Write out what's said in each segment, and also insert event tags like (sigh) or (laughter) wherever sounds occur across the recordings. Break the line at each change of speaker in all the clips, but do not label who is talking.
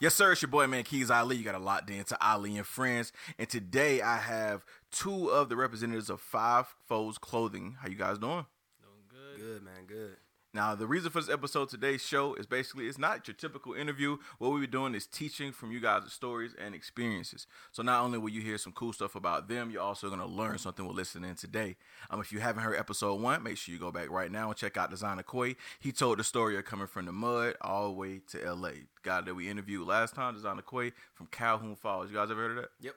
Yes, sir. It's your boy, man, Keys Ali. You got a locked into Ali and Friends. And today I have two of the representatives of Five Foes Clothing. How you guys doing?
Doing good.
Good, man, good.
Now, the reason for this episode today's show is basically it's not your typical interview. What we're doing is teaching from you guys' stories and experiences. So not only will you hear some cool stuff about them, you're also gonna learn something while listening today. Um, if you haven't heard episode one, make sure you go back right now and check out Designer Koi. He told the story of coming from the mud all the way to LA. Guy that we interviewed last time, Designer Koi from Calhoun Falls. You guys ever heard of that?
Yep.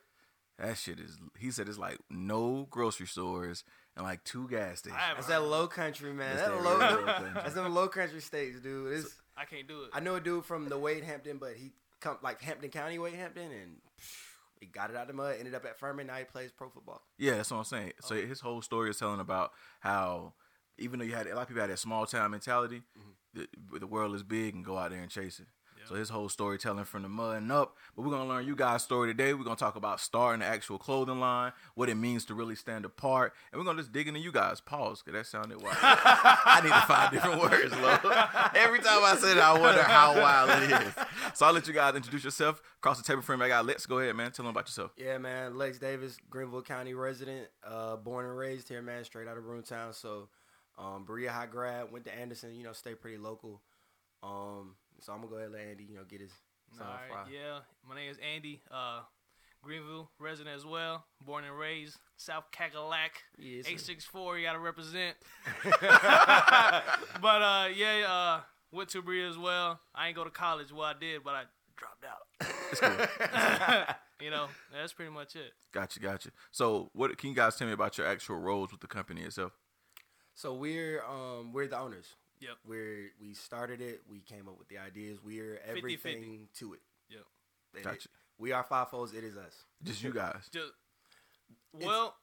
That shit is he said it's like no grocery stores and like two gas stations.
I haven't-
That's that low country, man.
That's that
That low,
real
(laughs)
low country.
that's them low country states, dude. It's,
I can't do it. (laughs)
I know a dude from the Wade Hampton, but he come like Hampton County, Wade Hampton, and phew, he got it out of the mud. Ended up at Furman. Now he plays pro football.
Yeah, that's what I'm saying. So his whole story is telling about how even though you had a lot of people had that small town mentality, the, the world is big and go out there and chase it. So his whole storytelling from the mud and up. But we're gonna learn you guys' story today. We're gonna talk about starting the actual clothing line, what it means to really stand apart, and we're gonna just dig into you guys. Pause, cause that sounded wild.
(laughs)
I need to find different (laughs) words, Lord. Every time I say that, I wonder how wild it is. So I'll let you guys introduce yourself. Across the table from me, I got Let's go ahead, man. Tell them about yourself.
Yeah, man. Lex Davis, Greenville County resident, uh, born and raised here, man, straight out of Broomtown. So, um, Berea High grad, went to Anderson. You know, stay pretty local. Um, so I'm gonna go ahead and let Andy, you know, get his.
All
sound
right,
fly.
yeah. My name is Andy, uh, Greenville resident as well, born and raised South Cackalack,
Yeah, sir.
eight six four. You gotta
(laughs)
represent. but uh, yeah, uh, went to Berea as well. I ain't go to college. Well, I did, but I dropped out.
It's cool.
(laughs)
(laughs)
You know, that's pretty much it.
Gotcha, gotcha. So, what can you guys tell me about your actual roles with the company itself?
So we're um, we're the owners.
Yep.
We're we started it. We came up with the ideas. We're
50.
everything to it.
Yep.
And it-
Gotcha.
we are five folds. It is us.
Just you
(laughs)
guys.
Just, well,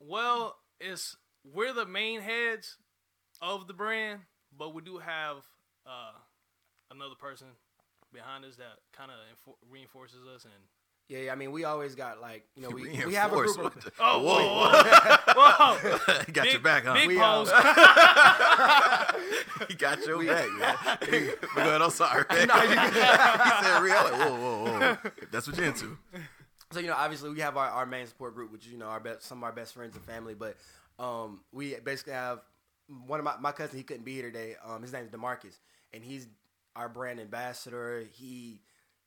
well, it's we're the main heads of the brand, but we do have uh, another person behind us that kind of infor- reinforces us.
(laughs)
And
Yeah, yeah, I mean, we always got like
(laughs)
you know we,
Reinforce.
we have a group. Of,
What
(laughs)
the-
oh, whoa,
(laughs)
whoa, whoa.
got your
Big-
back, huh?
Big
We, uh,
pose.
(laughs)
He (laughs) got your back,
(laughs)
man. But go ahead, I'm sorry. (laughs) he said, "Real." Like, whoa, whoa,
(laughs)
whoa. If that's what you're into.
so you know, obviously, we have our, our main support group, which is, you know our best, some of our best friends and family. But um, we basically have one of my my cousin. He couldn't be here today. Um, his name's Demarcus, and he's our brand ambassador. He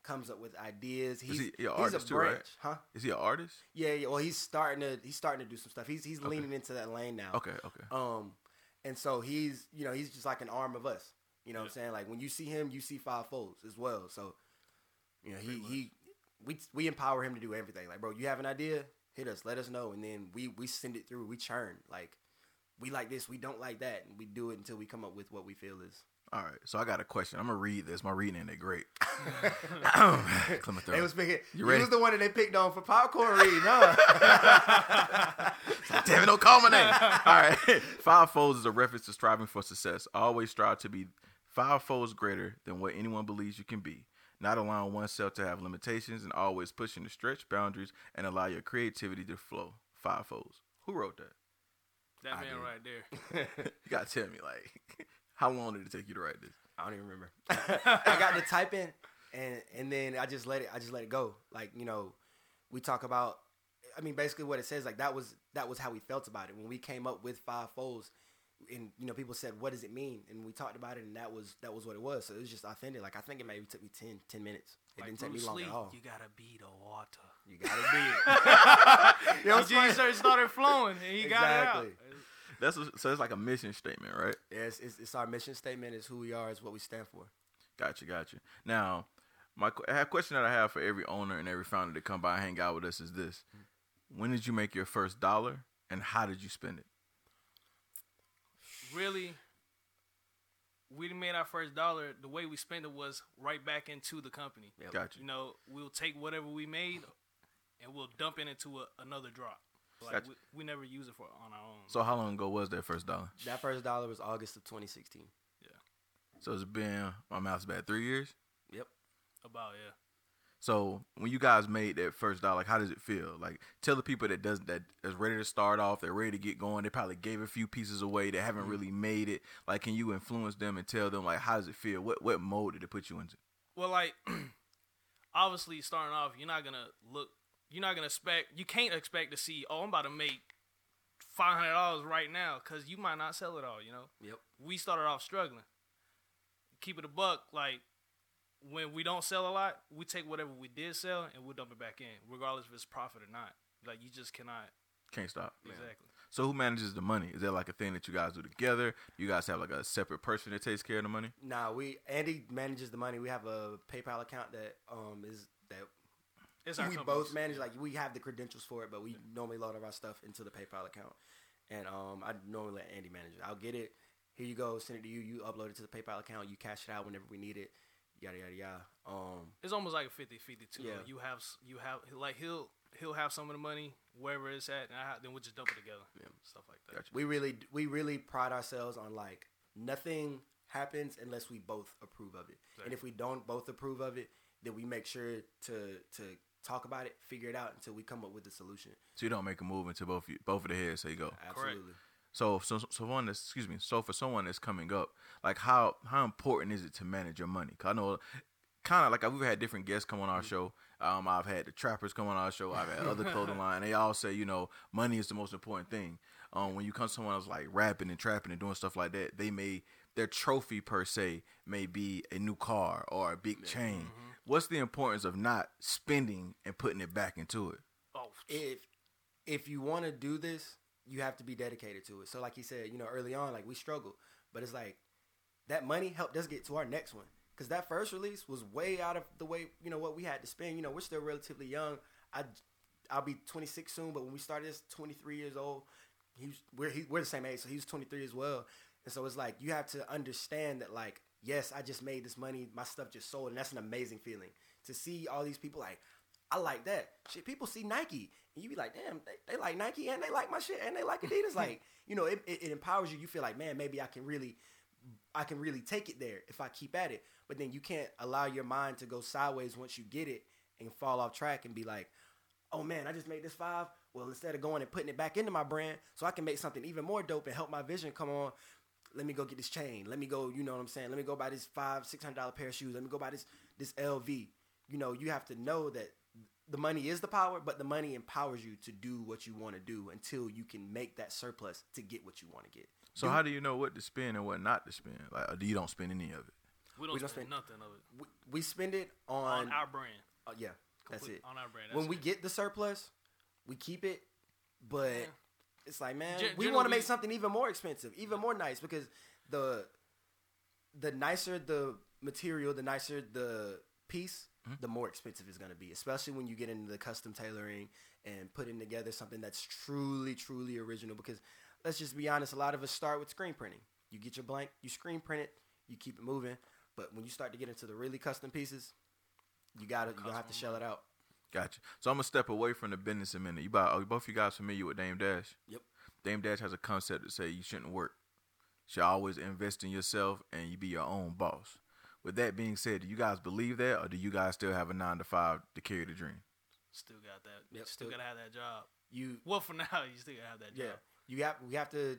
comes up with ideas. He's,
he- you're an
he's
artist
a
too, right?
branch, huh?
Is he an artist?
Yeah, yeah. Well, he's starting to he's starting to do some stuff. He's he's leaning into that lane now.
Okay, okay.
Um, and so he's you know he's just like an arm of us. You know what I'm saying? Like when you see him, you see five folds as well. So you know he he we we empower him to do everything. Like bro, you have an idea, hit us, let us know, and then we we send it through. We churn like we like this, we don't like that, and we do it until we come up with what we feel (laughs) is.
All right. So I got a question. I'm gonna read this. My reading ain't that
(laughs)
great. (coughs) Clement
They
Thurman.
was picking. You,
ready?
was the one that they picked on for popcorn read. No,
(laughs) Damn it, don't call my name. All right. (laughs) Five folds is a reference to striving for success. Always strive to be five folds greater than what anyone believes you can be. Not allowing oneself to have limitations and always pushing to stretch boundaries and allow your creativity to flow. Five folds. Who wrote that?
(laughs) that
I
man
did.
right there.
You gotta tell me, like, (laughs) how long did it take you to write this?
(laughs) I don't even remember. (laughs) I
(laughs)
got to type in, and and then I just let it. I just let it go. Like you know, we talk about. I mean, basically, what it says like that was that was how we felt about it when we came up with five folds, and you know, people said, "What does it mean?" And we talked about it, and that was that was what it was. So it was just authentic. Like I think it maybe took me 10, 10 minutes. It
Like
didn't take me
Bruce
long
Lee,
at all.
you gotta be the water.
You gotta
(laughs)
be it. You know what's
He just
funny?
started- started flowing, and he got it out.
Exactly.
That's a, so it's like a mission statement, right?
Yeah, it's, it's, it's our mission statement. It's who we are. It's what we stand for.
Gotcha, gotcha. Now, my qu- I have- question that I have for every owner and every founder to come by and hang out with us is this: When did you make your first dollar, and how did you spend it?
really we made our first dollar the way we spent it was right back into the company
Yep.
Gotcha.
you know we'll take whatever we made and we'll dump it into a, another drop like
Gotcha.
we, we never use it for on our own
So how long ago was that first dollar?
That first dollar was August of 2016.
So it's been my mouth's bad three years.
Yep.
about yeah
So when you guys made that first dollar, like how does it feel? Like tell the people that does that is ready to start off, they're ready to get going. They probably gave a few pieces away, they haven't really made it. Like can you influence them and tell them like how does it feel? What what mode did it put you into?
Well, like (clears throat) obviously starting off, you're not gonna look. You're not gonna expect. You can't expect to see. Oh, I'm about to make five hundred dollars right now because you might not sell it all. You know.
Yep.
We started off struggling. Keep it a buck. Like when we don't sell a lot, we take whatever we did sell and we dump it back in, regardless if it's profit or not. Like you just cannot.
Can't stop.
Exactly.
So who manages the money? Is that like a thing that you guys do together? You guys have like a separate person that takes care of the money?
Nah, we Andy manages the money. We have a PayPal account that um is that
It's our
we
companies.
both manage. Like we have the credentials for it, but we normally load all of our stuff into the PayPal account, and um I normally let Andy manage it. I'll get it. Here you go. Send it to you. You upload it to the PayPal account. You cash it out whenever we need it. Yada yada yada. Um,
it's almost like a 50 50 too.
Yeah.
Like, you have s- you have like he'll he'll have some of the money wherever it's at, and I have, then we just dump it together. Stuff like that.
Gotcha.
we really we really pride ourselves on like nothing happens unless we both approve of it and if we don't both approve of it then we make sure to to talk about it figure it out until we come up with a solution
So you don't make a move until both you, both of the heads say go.
absolutely
So so so someone that's excuse me. So for someone that's coming up, like how how important is it to manage your money? 'Cause I know kind of like we've had different guests come on our show. Um, I've had the trappers come on our show. I've had other clothing line. They all say you know money is the most important thing. Um, when you come to someone else like rapping and trapping and doing stuff like that, they may their trophy per se may be a new car or a big chain. What's the importance of not spending and putting it back into it?
Oh,
if if you want to do this you have to be dedicated to it so like he said you know early on like we struggle but it's like that money helped us get to our next one because that first release was way out of the way you know what we had to spend you know we're still relatively young i i'll be 26 soon but when we started this 23 years old he was, we're, he, we're the same age so he was 23 as well and so it's like you have to understand that like yes i just made this money my stuff just sold and that's an amazing feeling to see all these people like i like that shit people see nike and you be like damn they, they like nike and they like my shit and they like adidas like you know it, it, it empowers you you feel like man maybe i can really I can really take it there if I keep at it. But then you can't allow your mind to go sideways once you get it and fall off track and be like, oh man, I just made this five. Well, instead of going and putting it back into my brand so I can make something even more dope and help my vision come on, let me go get this chain. Let me go, you know what I'm saying? Let me go buy this five, six hundred dollar pair of shoes. Let me go buy this this LV. You know, you have to know that the money is the power, but the money empowers you to do what you want to do until you can make that surplus to get what you want to get.
So how do you know what to spend and what not to spend? Like, or do you don't spend any of it?
we don't
we don't
spend
spend-
nothing of it
We, we spend it
on our brand.
Uh, yeah, that's
Complete-
it.
on our brand,
when
that's
we
it.
get the surplus, we keep it, but it's like, man,
Gen-
we want to
generally-
make something even more expensive, even more nice, because the the nicer the material, the nicer the piece, the more expensive it's going to be, especially when you get into the custom tailoring and putting together something that's truly, truly original. Because let's just be honest, a lot of us start with screen printing. You get your blank, you screen print it, you keep it moving. But when you start to get into the really custom pieces, you gotta you gonna have to shell it out.
Gotcha. So I'm gonna step away from the business a minute. You about, are both you guys familiar with Dame Dash?
Yep.
Dame Dash has a concept that say you shouldn't work. You should always invest in yourself and you be your own boss. With that being said, do you guys believe that, or do you guys still have a nine to five to carry the dream?
Still got that.
Yep,
still
still-
gotta have that job.
You
Well, for (laughs) now, you still gotta have that
yeah.
job.
You have we have to.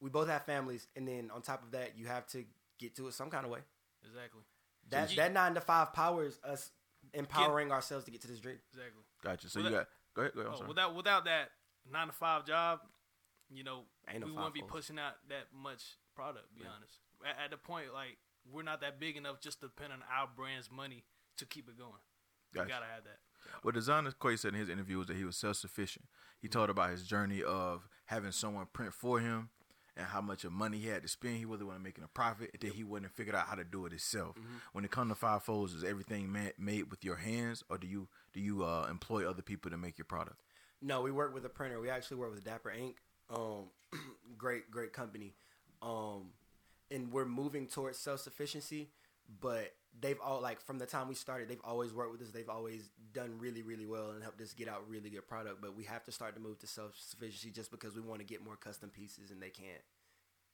We both have families, and then on top of that, you have to get to it some kind of way.
Exactly.
That
you-
that nine to five powers us empowering ourselves to get to this dream.
Exactly.
Gotcha. So
Well,
you
that-
got go ahead. Go ahead. I'm
Oh,
sorry.
without without that nine to five job, you know,
Ain't no
we
five
wouldn't be
folks.
pushing out that much product. Be honest. At, at the point, like we're not that big enough just to depend on our brand's money to keep it going.
Gotcha.
You gotta have that.
What Designer Quay said in his interview was that he was self sufficient. He told about his journey of having someone print for him and how much of money he had to spend. He wasn't want to making a profit, and then he wouldn't have figured out how to do it himself. When it comes to five folds, is everything ma- made with your hands, or do you do you uh, employ other people to make your product?
No, we work with a printer. We actually work with Dapper Ink. Um, (clears throat) great, great company. Um, and we're moving towards self sufficiency, but they've all like from the time we started, they've always worked with us. They've always done really, really well and helped us get out really good product. But we have to start to move to self sufficiency just because we want to get more custom pieces and they can't.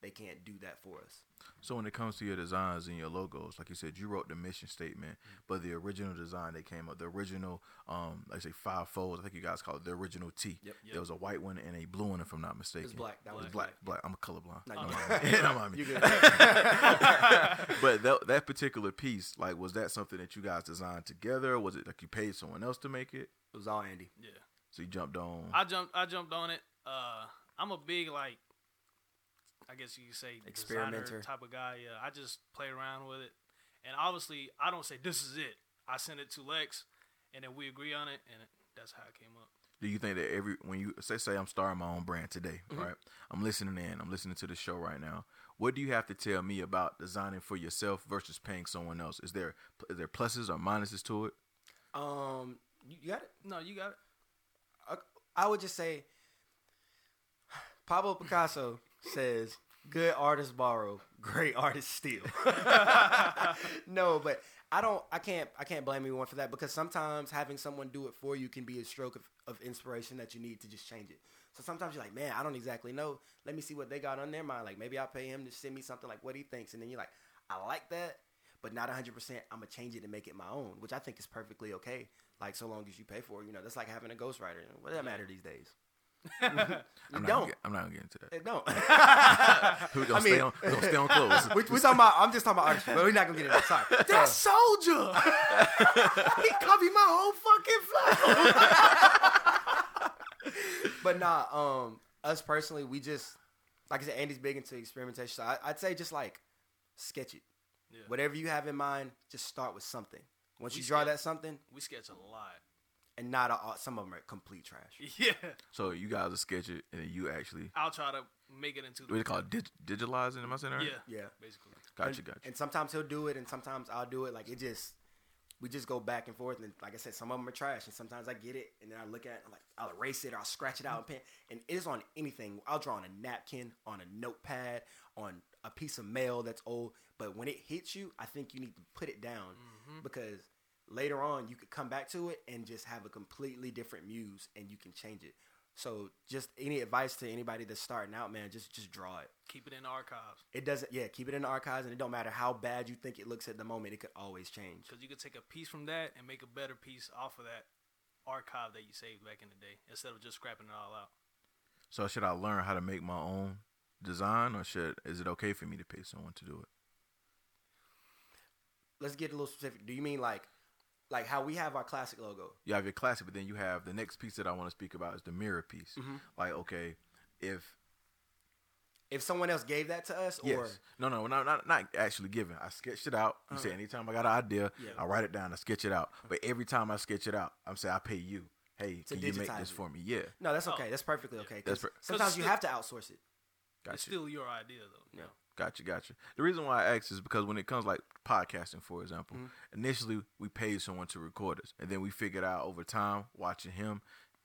they can't do that for us.
So when it comes to your designs and your logos, like you said, you wrote the mission statement, but the original design they came up, the original, um, like I say five folds. I think you guys call it the original T.
Yep.
There was a white one and a blue one, if I'm not mistaken.
It's black. That
It was
was
black. Black. I'm a colorblind.
No,
Don't
you're
mind me. (laughs) Don't mind me.
You good?
but that, that particular piece, like, was that something that you guys designed together? Or was it like you paid someone else to make it?
it was all Andy.
Yeah.
So you jumped on.
I jumped. I jumped on it. Uh, I'm a big like, I guess you could say
Experimenter.
designer type of guy. Yeah, I just play around with it, and obviously I don't say this is it. I send it to Lex, and then we agree on it, and it, that's how it came up.
Do you think that every when you say say I'm starting my own brand today,
Mm-hmm.
right? I'm listening in. I'm listening to the show right now. What do you have to tell me about designing for yourself versus paying someone else? Is there is there pluses or minuses to it?
Um, you, you got it.
No, you got it.
I, I would just say Pablo Picasso says, "Good artists borrow, great artists steal." (laughs) no, but I don't. I can't. I can't blame anyone for that because sometimes having someone do it for you can be a stroke of, of inspiration that you need to just change it. So sometimes you're like, "Man, I don't exactly know. Let me see what they got on their mind. Like maybe I'll pay him to send me something like what he thinks." And then you're like, "I like that." But not 100%, I'm going to change it and make it my own, which I think is perfectly okay. Like, so long as you pay for it, you know, that's like having a ghostwriter. What does that matter these days? You
I'm not Gonna
don't.
get, I'm not gonna get into that.
(laughs) It don't.
(laughs) Who gonna
Eh, I
stay
mean-
on? Who gonna stay on clothes?
we, we talking about. I'm just talking about artists, but we're not gonna get into that. Sorry.
That soldier.
(laughs) he copied my whole fucking flow. (laughs) but nah, um, us personally, we just like I said, Andy's big into experimentation. So I, I'd say just like sketch it.
Yeah.
Whatever you have in mind, just start with something. Once
We
you draw
sketch-
that something,
we sketch a lot.
and not a, some of them are complete trash.
(laughs) Yeah,
(laughs) So you guys will sketch it, and then you actually
I'll try to make it into
what do
the
they
(laughs)
call it? Dig, digitalizing? Am I saying that right?
yeah,
Yeah.
basically.
Gotcha,
and,
gotcha.
and sometimes he'll do it, and sometimes I'll do it. Like it just, we just go back and forth. And like I said, some of them are trash, and sometimes I get it, and then I look at, it, and like I'll erase it, or I'll scratch it out and pen. And it's on anything. I'll draw on a napkin, on a notepad, on a piece of mail that's old. But when it hits you, I think you need to put it down
Mm-hmm.
because later on you could come back to it and just have a completely different muse, and you can change it. So, just any advice to anybody that's starting out, man, just just draw it.
Keep it in the archives
It doesn't. Yeah, keep it in the archives, and it don't matter how bad you think it looks at the moment. It could always change.
because you could take a piece from that and make a better piece off of that archive that you saved back in the day instead of just scrapping it all out.
So should I learn how to make my own design, or should is it okay for me to pay someone to do it?
Let's get a little specific. Do you mean like, like how we have our classic logo?
you have your classic, but then you have the next piece that I want to speak about is the mirror piece.
Mm-hmm.
Like, okay, if
If someone else gave that to us, or
yes, no, no, not not, not actually giving. I sketched it out. You say anytime I got an idea,
Uh-huh. Yeah. Uh-huh.
I write it down, I sketch it out. But every time I sketch it out, I'm saying I pay you. Hey,
To
can you make
digitize
this
it.
for me? Yeah,
no, that's okay. That's perfectly okay. 'cause
That's per- 'Cause
sometimes you
still-
have to outsource it.
gotcha.
It's still your idea though.
Yeah.
Gotcha, gotcha. The reason why I ask is because when it comes like podcasting, for example, initially we paid someone to record us, and then we figured out over time watching him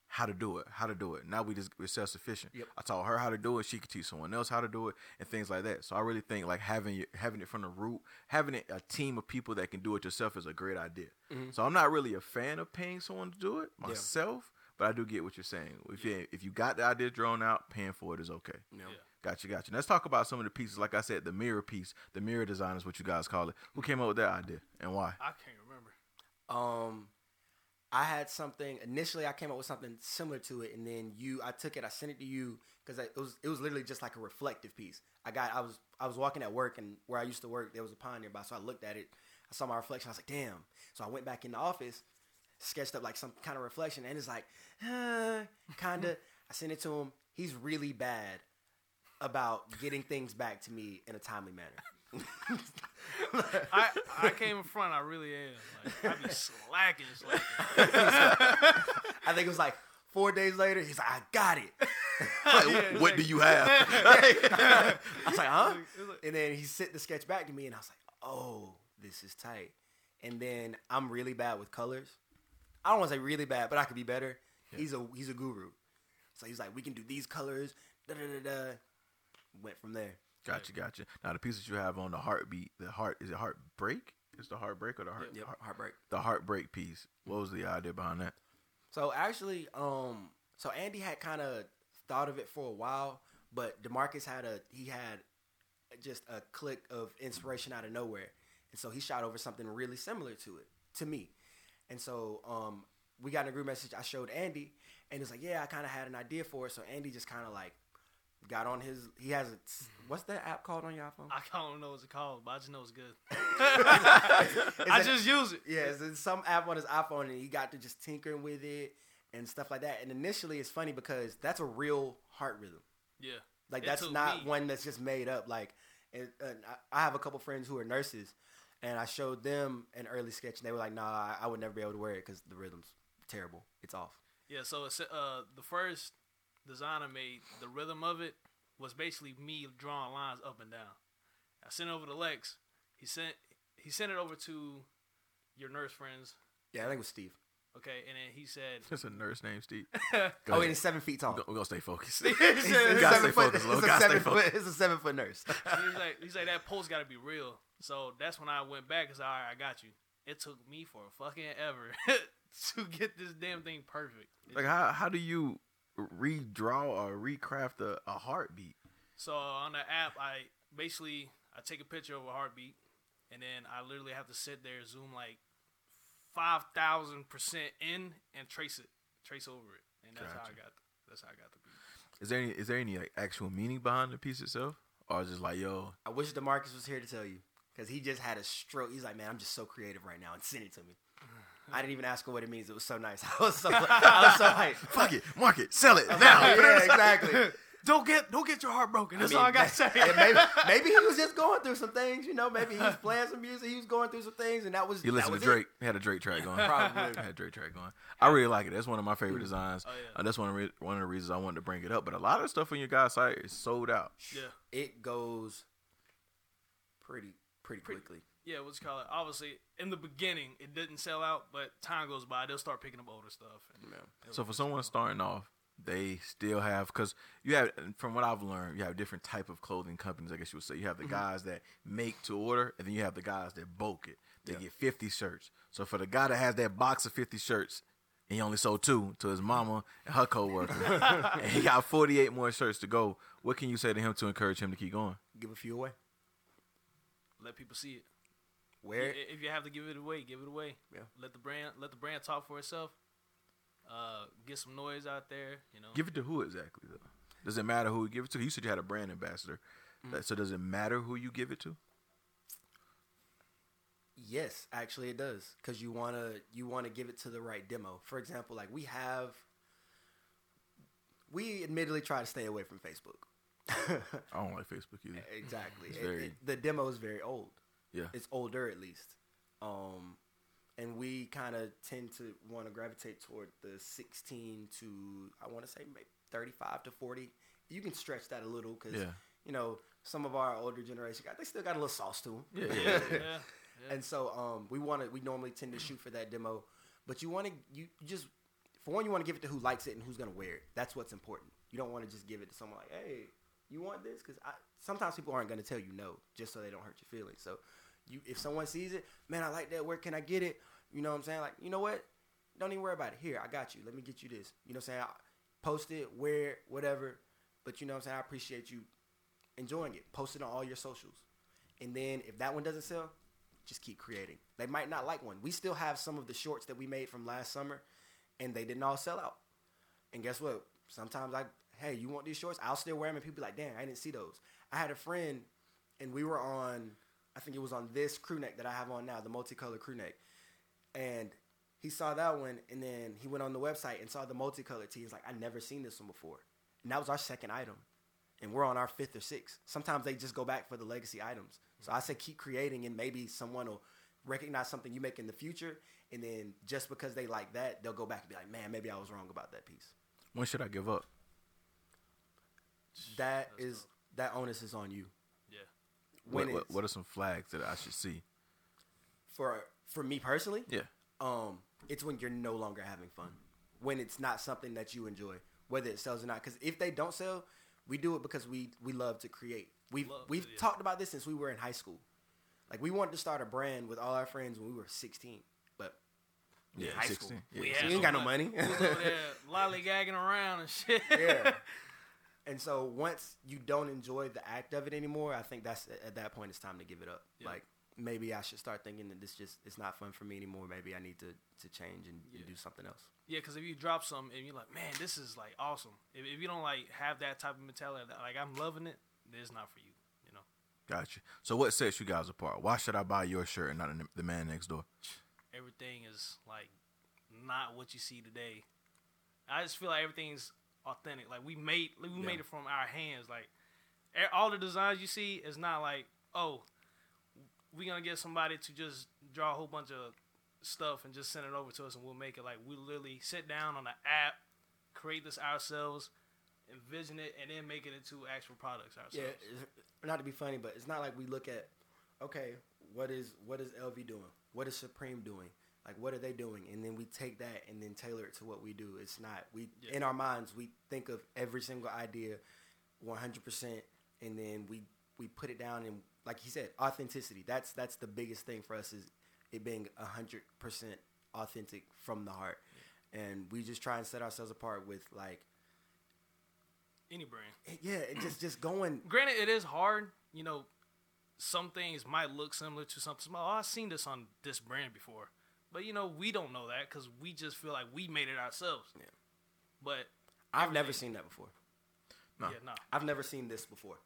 how to do it, how to do it. Now we just we're self sufficient.
Yep.
I taught her how to do it. She could teach someone else how to do it, and things like that. So I really think like having your, having it from the root, having it, a team of people that can do it yourself is a great idea. So I'm not really a fan of paying someone to do it myself, but I do get what you're saying. If you if you got the idea drawn out, paying for it is okay.
No.
Yeah.
Gotcha, gotcha. Let's talk about some of the pieces. Like I said, the mirror piece, the mirror design is what you guys call it. Who came up with that idea and
(laughs)
why?
I can't remember.
Um, I had something initially. I came up with something similar to it, and then you, I took it. I sent it to you because it was it was literally just like a reflective piece. I got I was I was walking at work, and where I used to work, there was a pond nearby. So I looked at it. I saw my reflection. I was like, damn. So I went back in the office, sketched up like some kind of reflection, and it's like, uh, kind of. I sent it to him. He's really bad about getting things back to me in a timely manner.
I I came in front. I really am. Like I be slacking, slacking.
I think it was like four days later. He's like, I got it.
(laughs) Yeah,
what do
like-
you have? (laughs)
I (laughs) was like, huh?
It was like-
And then he sent the sketch back to me, and I was like, oh, this is tight. And then I'm really bad with colors. I don't want to say really bad, but I could be better. He's a he's a guru, so he's like, we can do these colors. Da da da da. Went from there.
gotcha, gotcha. Now the piece that you have on the heartbeat, the heart is it heartbreak? Is the heartbreak or the heart,
Yep,
heart-
heartbreak.
the heartbreak piece? What was the idea behind that? (laughs)
So actually, um, so Andy had kind of thought of it for a while, but Demarcus had a he had just a click of inspiration out of nowhere. And so he shot over something really similar to it to me. And so um, we got in a group message. I showed Andy, and it's like, yeah, I kind of had an idea for it. So Andy just kind of like got on his. He has a what's that app called on your iPhone?
I don't know what it's called, but I just know
(laughs)
it's good. (laughs)
Is
I
it-
just use it.
Yeah, it's in some app on his iPhone, and he got to just tinkering with it and stuff like that. And initially, it's funny because that's a real heart rhythm.
Yeah.
Like
It
that's
took
not
me-
one that's just made up. Like, and, and I- I have a couple friends who are nurses, and I showed them an early sketch, and they were like, "Nah, I- I would never be able to wear it because the rhythm's terrible. It's off."
Yeah, so it's uh the first design I made, the rhythm of it was basically me drawing lines up and down. I sent it over to Lex. He sent he sent it over to your nurse friends.
Yeah, I think it was Steve.
Okay, and then he
(laughs)
said (laughs)
It's a nurse named Steve. Go
Oh,
ahead.
and it's seven feet tall. (laughs)
We're gonna stay focused. (laughs)
It's a- it's
Gotta
a seven
stay
foot-
focused, Lo.
it's a
Gotta stay
seven
focused.
foot- it's a seven foot nurse.
he's like he's like that post got to be real. So that's when I went back. and said, all right, I got you. It took me for a fucking ever (laughs) to get this damn thing perfect.
Like how how do you redraw or recraft a, a heartbeat?
So on the app, I basically I take a picture of a heartbeat, and then I literally have to sit there, zoom like five thousand percent in, and trace it, trace over it, and that's how I
Gotcha.
got. That's how I got the beat.
Is there any is there any like actual meaning behind the piece itself, or is it like yo?
I wish Demarcus was here to tell you because he just had a stroke. He's like, man, I'm just so creative right now, and send it to me. I didn't even ask her what it means. It was so nice. (laughs) I was so, I was so hyped.
Fuck it, mark it, sell (laughs) it now.
yeah, exactly.
(laughs) Don't get don't get your heart broken. That's all I got to say.
(laughs) And maybe, maybe he was just going through some things, you know. Maybe he was playing some music. He was going through some things, and that was
You listen
that
to
was it.
Drake. He had a Drake track going.
Probably.
had a Drake track going. I really like it. That's one of my favorite designs.
Oh, yeah.
Uh, that's one of the re- one of the reasons I wanted to bring it up. But a lot of the stuff on your guys' site is sold out.
yeah,
It goes pretty pretty quickly.
yeah. What's it called? Obviously, in the beginning, it didn't sell out, but time goes by, they'll start picking up older stuff. And,
So for someone starting off, they still have because you have from what I've learned, you have different type of clothing companies. I guess you would say you have the guys that make to order, and then you have the guys that bulk it. They get fifty shirts. So for the guy that has that box of fifty shirts, and he only sold two to his mama and her (laughs) coworker, and he got forty eight more shirts to go. What can you say to him to encourage him to keep going?
Give a few away.
let people see it.
Wear it.
I- If you have to give it away, give it away.
Yeah.
Let the brand let the brand talk for itself. Uh, get some noise out there. You know.
Give it to who exactly though? Does it matter who you give it to? You said you had a brand ambassador, That- so does it matter who you give it to?
Yes, actually it does cuz you want to you want to give it to the right demo. For example, like we have we admittedly try to stay away
(laughs)
from Facebook. (laughs)
I don't like Facebook either.
exactly.
It's
It-
very-
it- the demo is very old.
Yeah.
It's older at least. Um and we kind of tend to want to gravitate toward the 16 to I want to say maybe 35 to 40. You can stretch that a little cuz
Yeah.
you know, some of our older generation got they still got a little sauce to them.
Yeah,
yeah,
(laughs)
yeah. Yeah.
And so um, we want to. We normally tend to shoot for that demo, but you want to. You you just for one, you want to give it to who likes it and who's gonna wear it. That's what's important. You don't want to just give it to someone like, hey, you want this? Because sometimes people aren't gonna tell you no just so they don't hurt your feelings. So you, if someone sees it, man, I like that. Where can I get it? You know what I'm saying? Like, you know what? Don't even worry about it. Here, I got you. Let me get you this. You know what I'm saying? I, post it, wear it, whatever. But you know what I'm saying? I appreciate you enjoying it. Post it on all your socials. And then if that one doesn't sell, just keep creating. They might not like one. We still have some of the shorts that we made from last summer, and they didn't all sell out. And guess what? Sometimes I, hey, you want these shorts? I'll still wear them, and people be like, damn, I didn't see those. I had a friend, and we were on, I think it was on this crew neck that I have on now, the multicolored crew neck, and he saw that one, and then he went on the website and saw the multicolored tee. He's like, I never seen this one before, and that was our second item, and we're on our fifth or sixth. Sometimes they just go back for the legacy items. So I say keep creating, and maybe someone will recognize something you make in the future, and then just because they like that, they'll go back and be like, man, maybe I was wrong about that piece.
When should I give up?
That is that onus is on you.
Yeah.
When
what, what,
it's-
what are some flags that I should see?
for for me personally,
Yeah.
um, it's when you're no longer having fun, when it's not something that you enjoy, whether it sells or not. Because if they don't sell, we do it because we we love to create. We've
Love,
we've
yeah.
talked about this since we were in high school. Like we wanted to start a brand with all our friends when we were 16,
(laughs)
but
Yeah,
high school.
16. Yeah.
We
so
had
we ain't got
so
no (laughs)
much.
money.
Over there lollygagging around and shit.
yeah. And so once you don't enjoy the act of it anymore, I think that's at that point it's time to give it up.
Yeah.
Like maybe I should start thinking that this just it's not fun for me anymore. Maybe I need to to change and,
Yeah.
and do something else.
(laughs) Yeah, because if you drop some and you're like, man, this is like awesome. If, if you don't like have that type of mentality, that, like I'm loving it, then it's not for you. You know,
Gotcha. So what sets you guys apart? Why should I buy your shirt and not the- the man next door?
everything is like not what you see today. I just feel like everything's authentic. Like we made, like, we
Yeah.
made it from our hands. Like e- all the designs you see is not like, oh, we gonna get somebody to just draw a whole bunch of stuff and just send it over to us and we'll make it. Like we literally sit down on the app, create this ourselves, envision it, and then make it into actual products
Yeah,
ourselves.
it's- not to be funny, but it's not like we look at okay, what is what is LV doing? What is Supreme doing? Like what are they doing? And then we take that and then tailor it to what we do. It's not we
Yeah.
in our minds we think of every single idea 100% and then we we put it down and like he said, authenticity. That's that's the biggest thing for us is it being 100% authentic from the heart. And we just try and set ourselves apart with like
Any brand.
yeah, it just just going
Granted, it is hard. You know, some things might look similar to something. small. Oh, I've seen this on this brand before, but you know, we don't know that because we just feel like we made it ourselves.
Yeah.
But
I've never seen that before.
No.
yeah, nah.
I've never seen this before.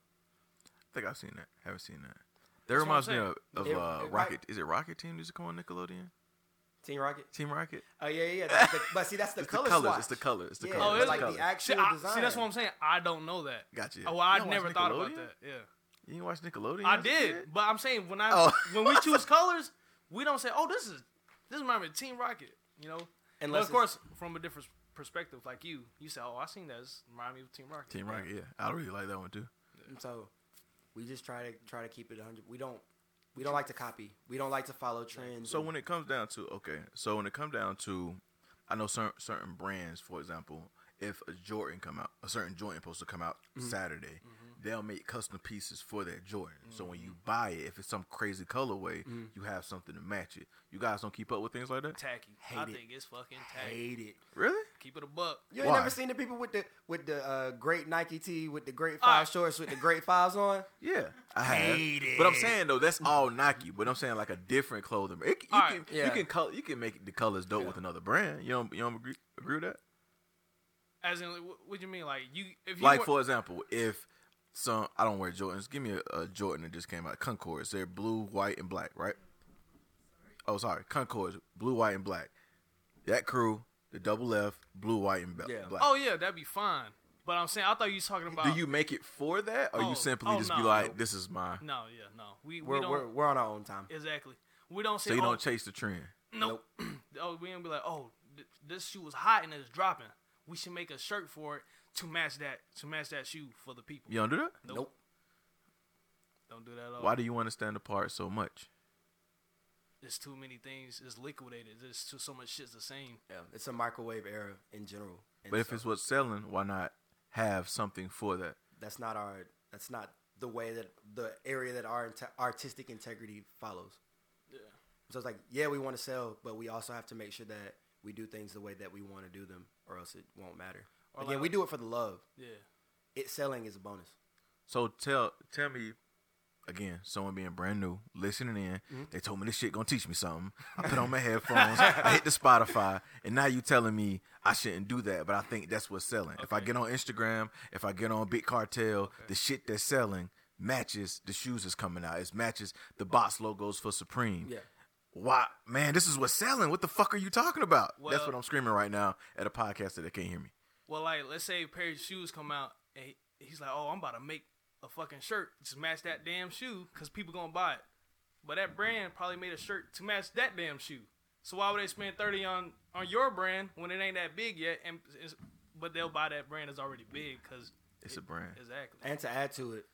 I think I've seen that. Haven't seen that. That
what I'm
reminds me of,
saying.
of
It-
uh,
it-
Rocket. Is it Rocket Team? Does it come on Nickelodeon?
Team Rocket.
Team Rocket.
Oh yeah, yeah. yeah. That's the, but see, that's the
It's the
color
colors.
swatch.
It's the colors. It's the
yeah,
colors.
Oh,
it's
it's
like
the
the
colors.
See,
actual
I-
design.
see, that's what I'm saying. I don't know that.
Gotcha.
Oh, well, I
You don't watch
never thought about
Nickelodeon?
that. Yeah,
You didn't watch Nickelodeon?
I
as a
did,
kid?
but I'm saying when I
Oh.
(laughs) when we choose colors, we don't say, "Oh, this is this reminds me of Team Rocket." You know, and
Unless
of course, from a different perspective, like you, you say, "Oh, I seen that. This remind me of Team Rocket."
Team Rocket. Yeah, I really like that one too.
And so we just try to try to keep it 100. We don't we don't like to copy. We don't like to follow trends.
So
and-
when it comes down to okay, so when it comes down to, I know certain certain brands, for example, if a Jordan come out, a certain Jordan supposed to come out Saturday, they'll make custom pieces for that Jordan. So when you buy it, if it's some crazy colorway, you have something to match it. You guys don't keep up with things like that,
tacky.
Hate
I
it.
think it's fucking tacky.
hate it.
really?
Keep it a buck.
You ain't
Why?
never seen the people with the with the uh, great Nike tee with the great five
Ah.
shorts with the great fives on.
Yeah, I have.
Hate
But I'm
it.
saying though, that's all Nike. But I'm saying like a different clothing. brand. It, you,
All
can,
right,
you
yeah.
can color, you can make the colors dope
Yeah.
with another brand. You don't you don't agree, agree with that?
As in, wh- what you mean? Like you, if you
like
were-
for example, if some I don't wear Jordans, give me a, a Jordan that just came out, Concords. They're blue, white, and black, right? Oh, sorry, Concords, blue, white, and black. That crew, the double F, blue, white, and be-
Yeah.
black.
oh yeah, that'd be fine. But I'm saying, I thought you was talking about.
Do you make it for that, or
Oh,
you simply
oh,
just
no,
be like,
no.
"This is mine,"
No, yeah, no. We (laughs) we
We're
don't
we're, we're on our own time.
exactly. We don't say.
so you
oh,
don't chase the trend?
nope. (clears throat) oh, we don't be like, oh, th- this shoe was hot and it's dropping. We should make a shirt for it to match that to match that shoe for the people.
You don't do that.
Nope.
Nope.
Don't do that at all.
Why do you want to stand apart so much?
It's too many things. It's liquidated. There's too so much shit's the same.
Yeah, it's a microwave era in general. And
But if
so
it's what's selling, why not have something for that?
that's not our that's not the way that the area that our inte- artistic integrity follows.
Yeah.
So it's like, yeah, we want to sell, but we also have to make sure that we do things the way that we want to do them, or else it won't matter.
Or
Again,
like-
we do it for the love.
Yeah.
It selling is a bonus.
So tell tell me again, someone being brand new, listening in, they told me this shit gonna teach me something. I put on my headphones, I (laughs) hit the Spotify, and now you telling me I shouldn't do that, but I think that's what's selling. If I
Okay.
get on Instagram, if I get on Big Cartel, the shit that's selling matches the shoes that's coming out. It matches the box logos for Supreme.
Yeah.
Why man, this is what's selling. What the fuck are you talking about? that's
Well-
what I'm screaming right now at a podcaster that can't hear me.
Well, like let's say a pair of shoes come out and he- he's like, "Oh, I'm about to make a fucking shirt just match that damn shoe because people gonna buy it." But that brand probably made a shirt to match that damn shoe. So why would they spend thirty on on your brand when it ain't that big yet? And it's, but they'll buy that brand that's already big because
It's a brand.
exactly.
And to add to it,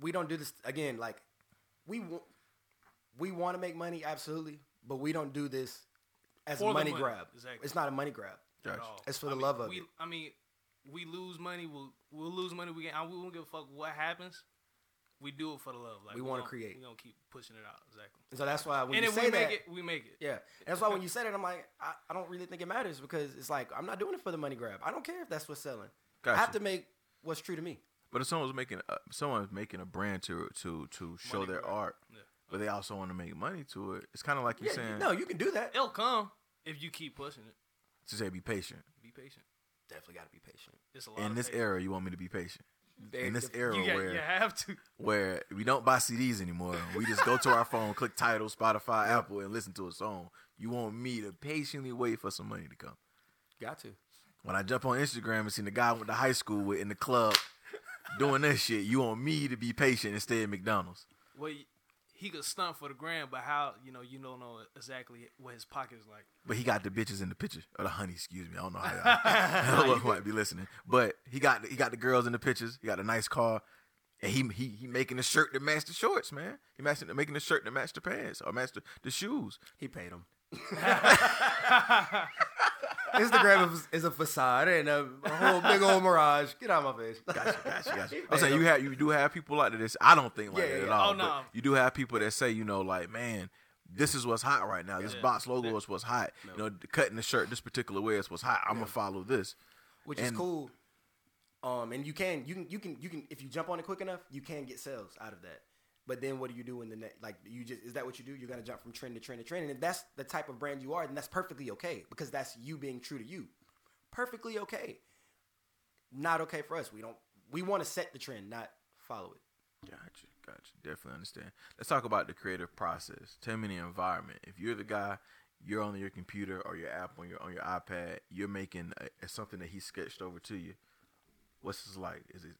we don't do this again. Like we w- we want to make money, absolutely, but we don't do this as
For
a
the
money,
money,
grab.
exactly.
It's not a money grab.
Gotcha.
all.
It's for
I
the
mean,
love of
we,
it.
I mean, we lose money. We'll we'll lose money. We can, I, we won't give a fuck what happens. We do it for the love. Like
We wanna
gonna-
create.
We gonna keep pushing it out. Exactly.
And so that's why when
and
you
if
say
we
that,
make it, we make it.
Yeah. That's why when you said it, I'm like, I, I don't really think it matters because it's like I'm not doing it for the money grab. I don't care if that's what's selling. I have
Gotcha.
to make what's true to me.
But if someone's making uh, someone's making a brand to to to show
Money
their
grab.
art,
Yeah.
but they also want to make money to it, it's kind of like you're
Yeah,
saying
no, you can do that.
It'll come if you keep pushing it.
to say be patient.
Be patient.
Definitely got to be patient.
It's a lot.
In
of
this
patience.
era, you want me to be patient. In this
different.
era
you, got-
where
you have to.
where we don't buy CDs anymore, we just go to our phone, click title, Spotify, Apple, and listen to a song. You want me to patiently wait for some money to come.
got to.
When I jump on Instagram and see the guy I went to high school with in the club doing that shit, you want me to be patient and stay at McDonald's.
Well, he could stunt for the grand, but how you know you don't know exactly what his pocket is
(laughs)
like.
But he got the bitches in the picture, or the honey, excuse me. I don't
(laughs)
know how y'all (laughs) who might be listening, but he got he got the girls in the pictures. He got a nice car, and he he he making a shirt that match the shorts, man. He matching making a shirt that match the pants or match the, the shoes.
He paid (laughs) him. Instagram is, is a facade and a, a whole big old mirage. Get out of my face.
Gotcha, gotcha,
(laughs)
gotcha.
He
I'm
paid
saying you
him.
have you do have people like this. I don't think like
Yeah,
that
yeah,
at
yeah.
all.
Oh,
but
no.
You do have people that say, you know, like man. This is what's hot right now. This
Yeah.
box logo is what's hot. You know, cutting the shirt this particular way is what's hot. I'm gonna follow this.
which is
And-
cool. Um, and you can you can you can you can if you jump on it quick enough, you can get sales out of that. But then what do you do in the next? Like you just is that what you do? You're gonna jump from trend to trend to trend, and if that's the type of brand you are, then that's perfectly okay because that's you being true to you. Perfectly okay. Not okay for us. We don't. We want to set the trend, not follow it.
Gotcha, gotcha. Definitely understand. Let's talk about the creative process. Tell me the environment. If you're the guy, you're on your computer or your app on your on your iPad. You're making a, a- something that he sketched over to you. What's this like? Is it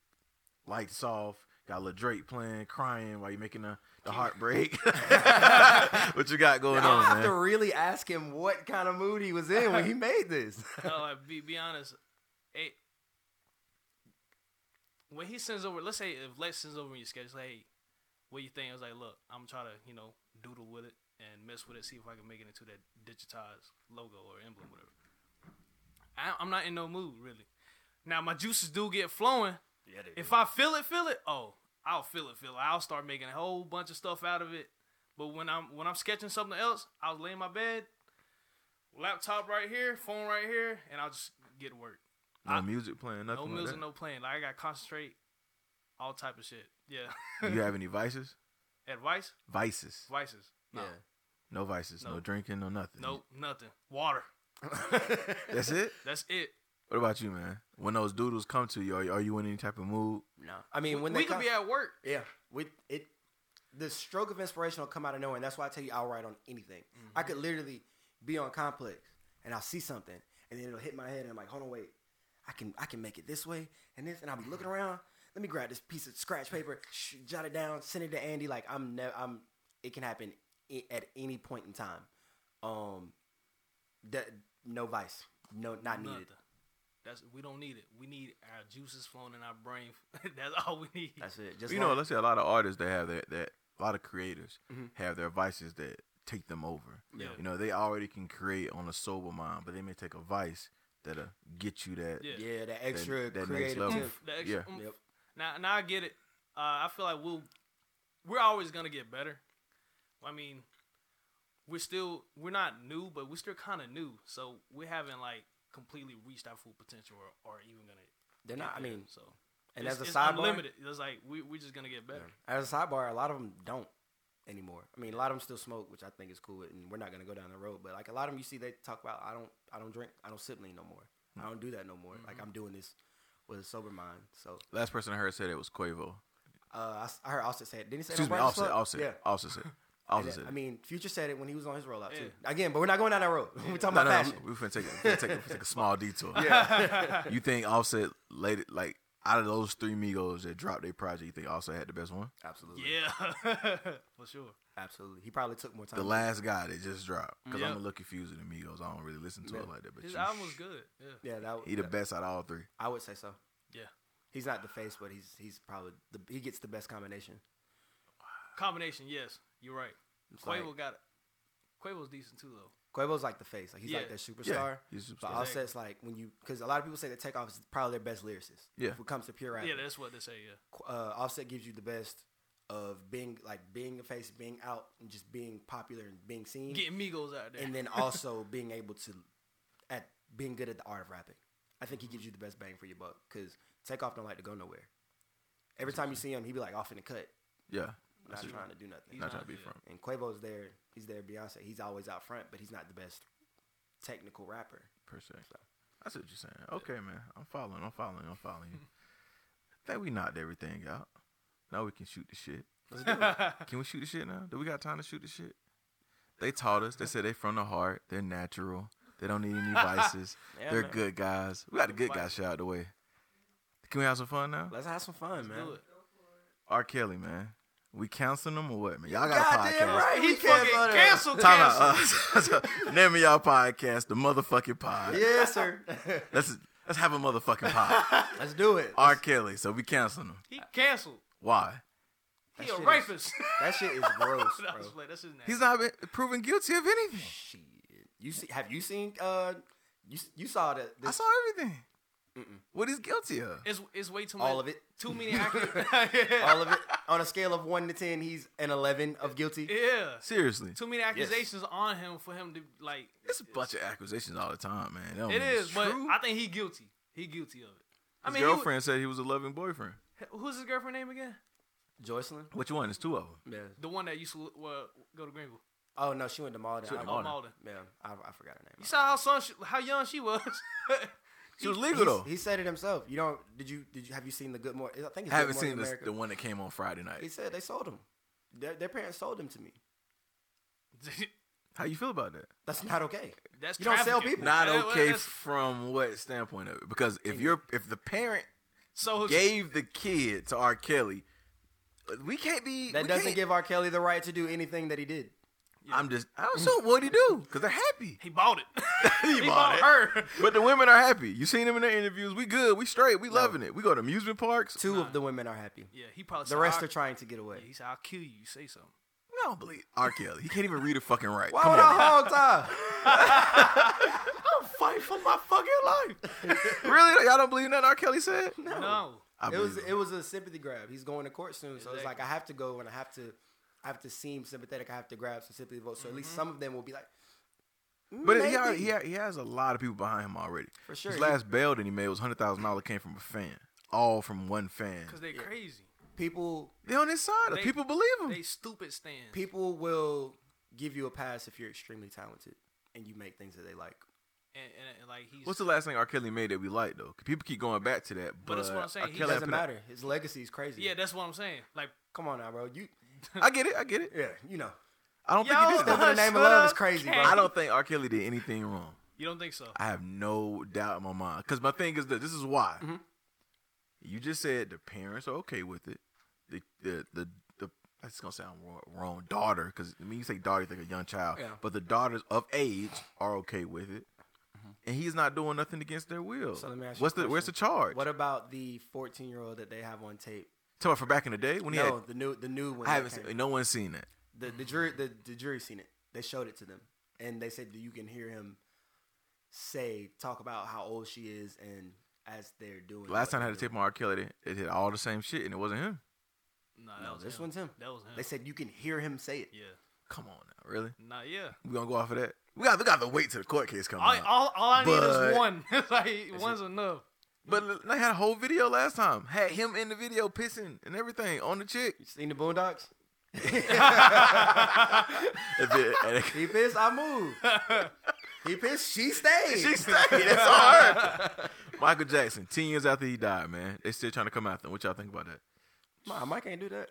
lights off? Got a little Drake playing, crying while you're making the, the heartbreak.
(laughs)
(laughs) what you got going
I
on,
have to
man?
really ask him what kind of mood he was in when (laughs) he made this.
No, like, be be honest. Hey, when he sends over, let's say if Lex sends over me a sketch, like, hey, what you think? I was like, look, I'm trying to you know doodle with it and mess with it, see if I can make it into that digitized logo or emblem, whatever. I, I'm not in no mood really. Now my juices do get flowing.
yeah, dude.
If I feel it, feel it. Oh, I'll feel it, feel it. I'll start making a whole bunch of stuff out of it. But when I'm when I'm sketching something else, I'll lay in my bed, laptop right here, phone right here, and I'll just get to work.
No music playing,
No
nothing. like
music,
that?
no playing. Like I got to concentrate, all type of shit. Yeah. (laughs)
Do you have any vices?
Advice,
Vices.
vices.
(laughs)
No,
No vices. No.
No.
drinking. No nothing.
nope, nothing. Water.
(laughs)
That's it.
That's it.
What about you, man? When those doodles come to you, are, are you in any type of mood?
no. I mean, when
we
they
could
come,
be at work.
Yeah, we it the stroke of inspiration will come out of nowhere, and that's why I tell you I'll write on anything. I could literally be on complex and I'll see something, and then it'll hit my head, and I'm like, hold on, wait, I can I can make it this way and this, and I'll be looking around. Let me grab this piece of scratch paper, sh- jot it down, send it to Andy. Like I'm never I'm. It can happen i- at any point in time. Um, that no vice, no not
Nothing.
needed.
That's we don't need it. We need our juices flowing in our brain. (laughs) That's all we need.
That's it. Just
you know,
like- Mm-hmm.
let's say a lot of artists that have that that a lot of creators have their vices that take them over.
Yeah.
You know, they already can create on a sober mind, but they may take a vice that'll get you that
Yeah.
yeah, that
that,
extra
that next
creative.
level.
tip.
The extra
Yeah.
oomph.
Yep.
Now, now I get it. Uh, I feel like we'll we're always gonna get better. I mean, we're still we're not new, but we're still kind of new, so we haven't like completely reached our full potential or, or even gonna.
They're
get
not. I
there.
mean,
so
and
it's,
as a
it's
sidebar,
unlimited. It's like we we're just gonna get better.
As a sidebar, a lot of them don't anymore. I mean, a lot of them still smoke, which I think is cool, and we're not gonna go down the road. But like a lot of them, you see, they talk about I don't, I don't drink, I don't sip lean no more. I don't do that no more.
Mm-hmm.
Like I'm doing this with a sober mind. So
Last person I heard said it was Quavo.
uh, I, s- I heard Offset say it. Didn't he say it on
Excuse me,
Breakfast
Offset.
Club?
Offset.
Yeah.
Offset
(laughs)
said. it.
And
Offset
then-
said.
I mean, Future said it when he was on his rollout too.
Yeah.
Again, but we're not going down that road. (laughs) we're talking
no,
about
no,
fashion.
we finna take, we finna take, we finna take a small detour.
(laughs) Yeah.
(laughs)
You think Offset later, like out of those three Migos that dropped their project, you think Offset had the best one?
absolutely.
Yeah, (laughs) for sure.
Absolutely. He probably took more time.
The last guy that just dropped. Because
Yeah.
I'm a little confused with the Migos. I don't really listen to it
Yeah.
like that. But
His
you
album
sh-
was good. Yeah,
yeah, that
He the
yeah,
best out of all three.
I would say so.
yeah.
He's not the face, but he's he's probably the, he gets the best combination.
Combination. Yes, you're right.
It's like-
Quavo got it. Quavo's decent too, though.
Quavo's like the face. Like he's like
Yeah.
that superstar.
he's a
But
superstar.
Offset's like when you because a lot of people say that Takeoff is probably their best lyricist.
Yeah.
If it comes to pure rap,
Yeah, that's what they say. Yeah.
uh, Offset gives you the best of being like being a face, being out, and just being popular and being seen,
Getting Migos out there.
and then also (laughs) being able to at being good at the art of rapping. I think he gives you the best bang for your buck because Takeoff don't like to go nowhere. Every time you see him, he be like off in the cut,
Yeah.
not
That's it.
trying to do nothing.
He's
Not
not-
trying to be
yeah.
from.
And Quavo's there. He's there. Beyonce. He's always out front, but he's not the best technical rapper.
per se. That's what you're saying. Okay, man. I'm following. I'm following. I'm following
(laughs)
you. I think we knocked everything out. Now we can shoot the shit.
Let's do it.
Can we shoot the shit now? Do we got time to shoot the shit? They taught us. They said they from the heart. They're natural. They don't need
(laughs)
any vices.
Yeah,
They're
man.
good guys. We got the good guys shit out the way. Can we have some fun now?
Let's have some fun,
(laughs)
man.
Do it.
R. Kelly, man. We counseling them or what, man? Y'all got a
Goddamn
podcast.
right.
He
He
fucking
cancelled her.
cancel,
Time
cancel.
out. (laughs) Uh,
(laughs)
so, name of y'all podcast, the motherfucking pod.
Yes, sir.
Let's let's have a motherfucking pod.
(laughs) Let's do it.
R. Kelly. So we canceling him.
He canceled.
Why?
He
That
a
shit
rapist.
That shit is gross,
That was
bro.
like- That's his name.
He's not been proven guilty of anything.
Shit. You see? Have you seen? Uh, you you saw the
I
this,
saw everything. What he's guilty of?
It's, it's way too much.
all of it,
Too many accusations.
all of it on a scale of one to ten. He's an eleven of guilty.
(laughs) yeah.
Seriously,
Too many accusations on him for him to like.
it's a bunch of accusations all the time, man. That don't
It
mean it's
is, but
true.
I think he guilty. He guilty of it. I
his
mean, he
girlfriend said he was a loving boyfriend.
wa- who's his girlfriend name again?
Joycelyn.
Which one? It's two of them.
Yeah.
The one that used to well, go to Greenville.
Oh no, she went to Malden.
She went
I-
to
Oh,
Malden.
Malden.
Yeah, I, I forgot her name.
You saw how son she, how young she was. (laughs)
She was legal though.
He's- He said it himself. You don't? Did you? Did you? Have you seen the Good Morning? I think it's
I haven't
Good Morning
seen this,
America.
the one that came on Friday
He
night.
said they sold him. Their, their parents sold him to me.
How you feel about that?
That's not okay.
That's
You don't sell
trafficking.
people.
Not
Yeah, well,
okay
that's-
from what standpoint of it? Because if you're if the parent
So
gave the kid to R. Kelly, we can't be
That
we
doesn't
can't-
give R. Kelly the right to do anything that he did.
I'm just I don't know what he do because they're happy.
he bought it.
He
(laughs) he
bought
bought,
it.
her.
But the women are happy. You seen them in their interviews. We good. We straight. We loving it. We go to amusement parks.
Two of the women are happy.
Yeah, he probably.
The
said,
rest
"I'll-
are trying to get away.
He said, "I'll kill you." You say something.
I don't believe R. Kelly. He can't even read it fucking right.
Why
Come
would
on.
I hog tie?
I'm fighting for my fucking life. (laughs) really? Y'all don't believe nothing R. Kelly said?
Oh,
No.
I
It was
believe
it was a sympathy grab. He's going to court soon, so it's like
Exactly.
I have to go and I have to I have to seem sympathetic. I have to grab some sympathy votes. So at least some of them will be like,
But
maybe.
he, already, he, ha- he has a lot of people behind him already.
For sure.
His last bail that he made was $100,000 came from a fan. All from one fan.
because they're crazy.
people
They on his side.
They-
people believe him.
They stupid stands.
people will give you a pass if you're extremely talented and you make things that they like.
and, and, and, like he's.
What's the last thing R. Kelly made that we liked, though? 'Cause People keep going back to that. But,
But that's what I'm saying.
R.
He
Kelly
Yeah,
It
put
doesn't
out-
matter. His legacy is crazy.
yeah, that's what I'm saying. Like
come on now, bro. You
I get it. I get it.
yeah, you know.
I don't
Yo,
think he did
Step
that.
in the name of love is crazy, bro.
I don't think R. Kelly did anything wrong.
you don't think so?
I have no doubt in my mind. Because my thing is that this is why.
Mm-hmm.
You just said the parents are okay with it. The the the, the that's gonna sound wrong, wrong daughter because when you say daughter, you think a young child.
Yeah.
But the daughters of age are okay with it, and he's not doing nothing against their will.
Mm-hmm. So let me ask you
What's
a
the where's the charge?
What about the 14 year old that they have on tape?
Tell me for back in the day when he
no,
had.
the new the new one.
I
that
haven't
came.
seen. No one's seen that.
the the jury the, the jury seen it. They showed it to them, and they said you can hear him say talk about how old she is, and as they're doing.
Last
what
time I had a
they're
tape on R. Kelly, it had all the same shit, and it wasn't him.
No, that
doing. No,
was
this
him.
one's him.
That was him.
They said you can hear him say it.
yeah.
Come on now, really?
Nah, yeah.
We gonna go off of that? We got we got to wait till the court case comes.
All,
out.
all, all I need
But-
is one. (laughs) It's like one's enough.
But l- they had a whole video last time. Had him in the video pissing and everything on the chick.
You seen the Boondocks?
(laughs) And then- (laughs) and
He pissed, I (laughs) move. he pissed, she stayed.
she stayed. That's all her. (laughs) Michael Jackson, 10 years after he died, man. They still trying to come after him. What y'all think about that?
(laughs) Mom, I can't do that.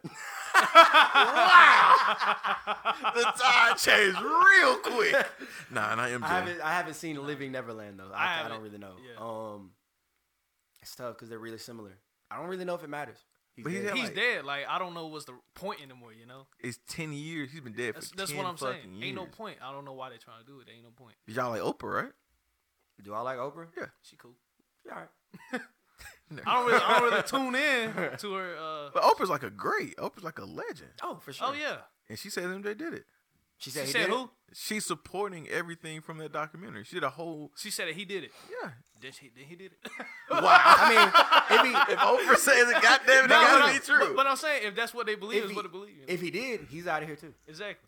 The time changed real quick. (laughs) Nah, not
I
MJ.
haven't I haven't seen Living Neverland though.
I
I, I, don't
haven't.
really know.
Yeah.
Um, it's tough because they're really similar. I don't really know if it matters. He's
But he's
dead.
Yeah,
He's
like-
dead. Like I don't know what's the point anymore. You know.
It's 10 years. He's been dead
That's
for
that's
10
what I'm saying.
fucking
Ain't no
years.
point. I don't know why they're trying to do it. Ain't no point.
Y'all like Oprah, right?
do I like Oprah?
Yeah.
She cool.
Yeah, all right.
I don't really, I don't
(laughs)
really tune in to her. Uh,
But Oprah's like a great. Oprah's like a legend.
Oh, for sure.
oh yeah.
And she says MJ did it.
She said
She
he
said
did it?
who?
She's supporting everything from that documentary. She did a whole.
She said that he did it.
(laughs) Yeah.
Then she, then he did
(laughs)
it.
I mean, (laughs) if he,
If Oprah says it, goddamn it, it gotta be true.
But, but I'm saying if that's what they believe,
If
is
he-
what they believe. you know?
if he did, he's out of here too.
exactly.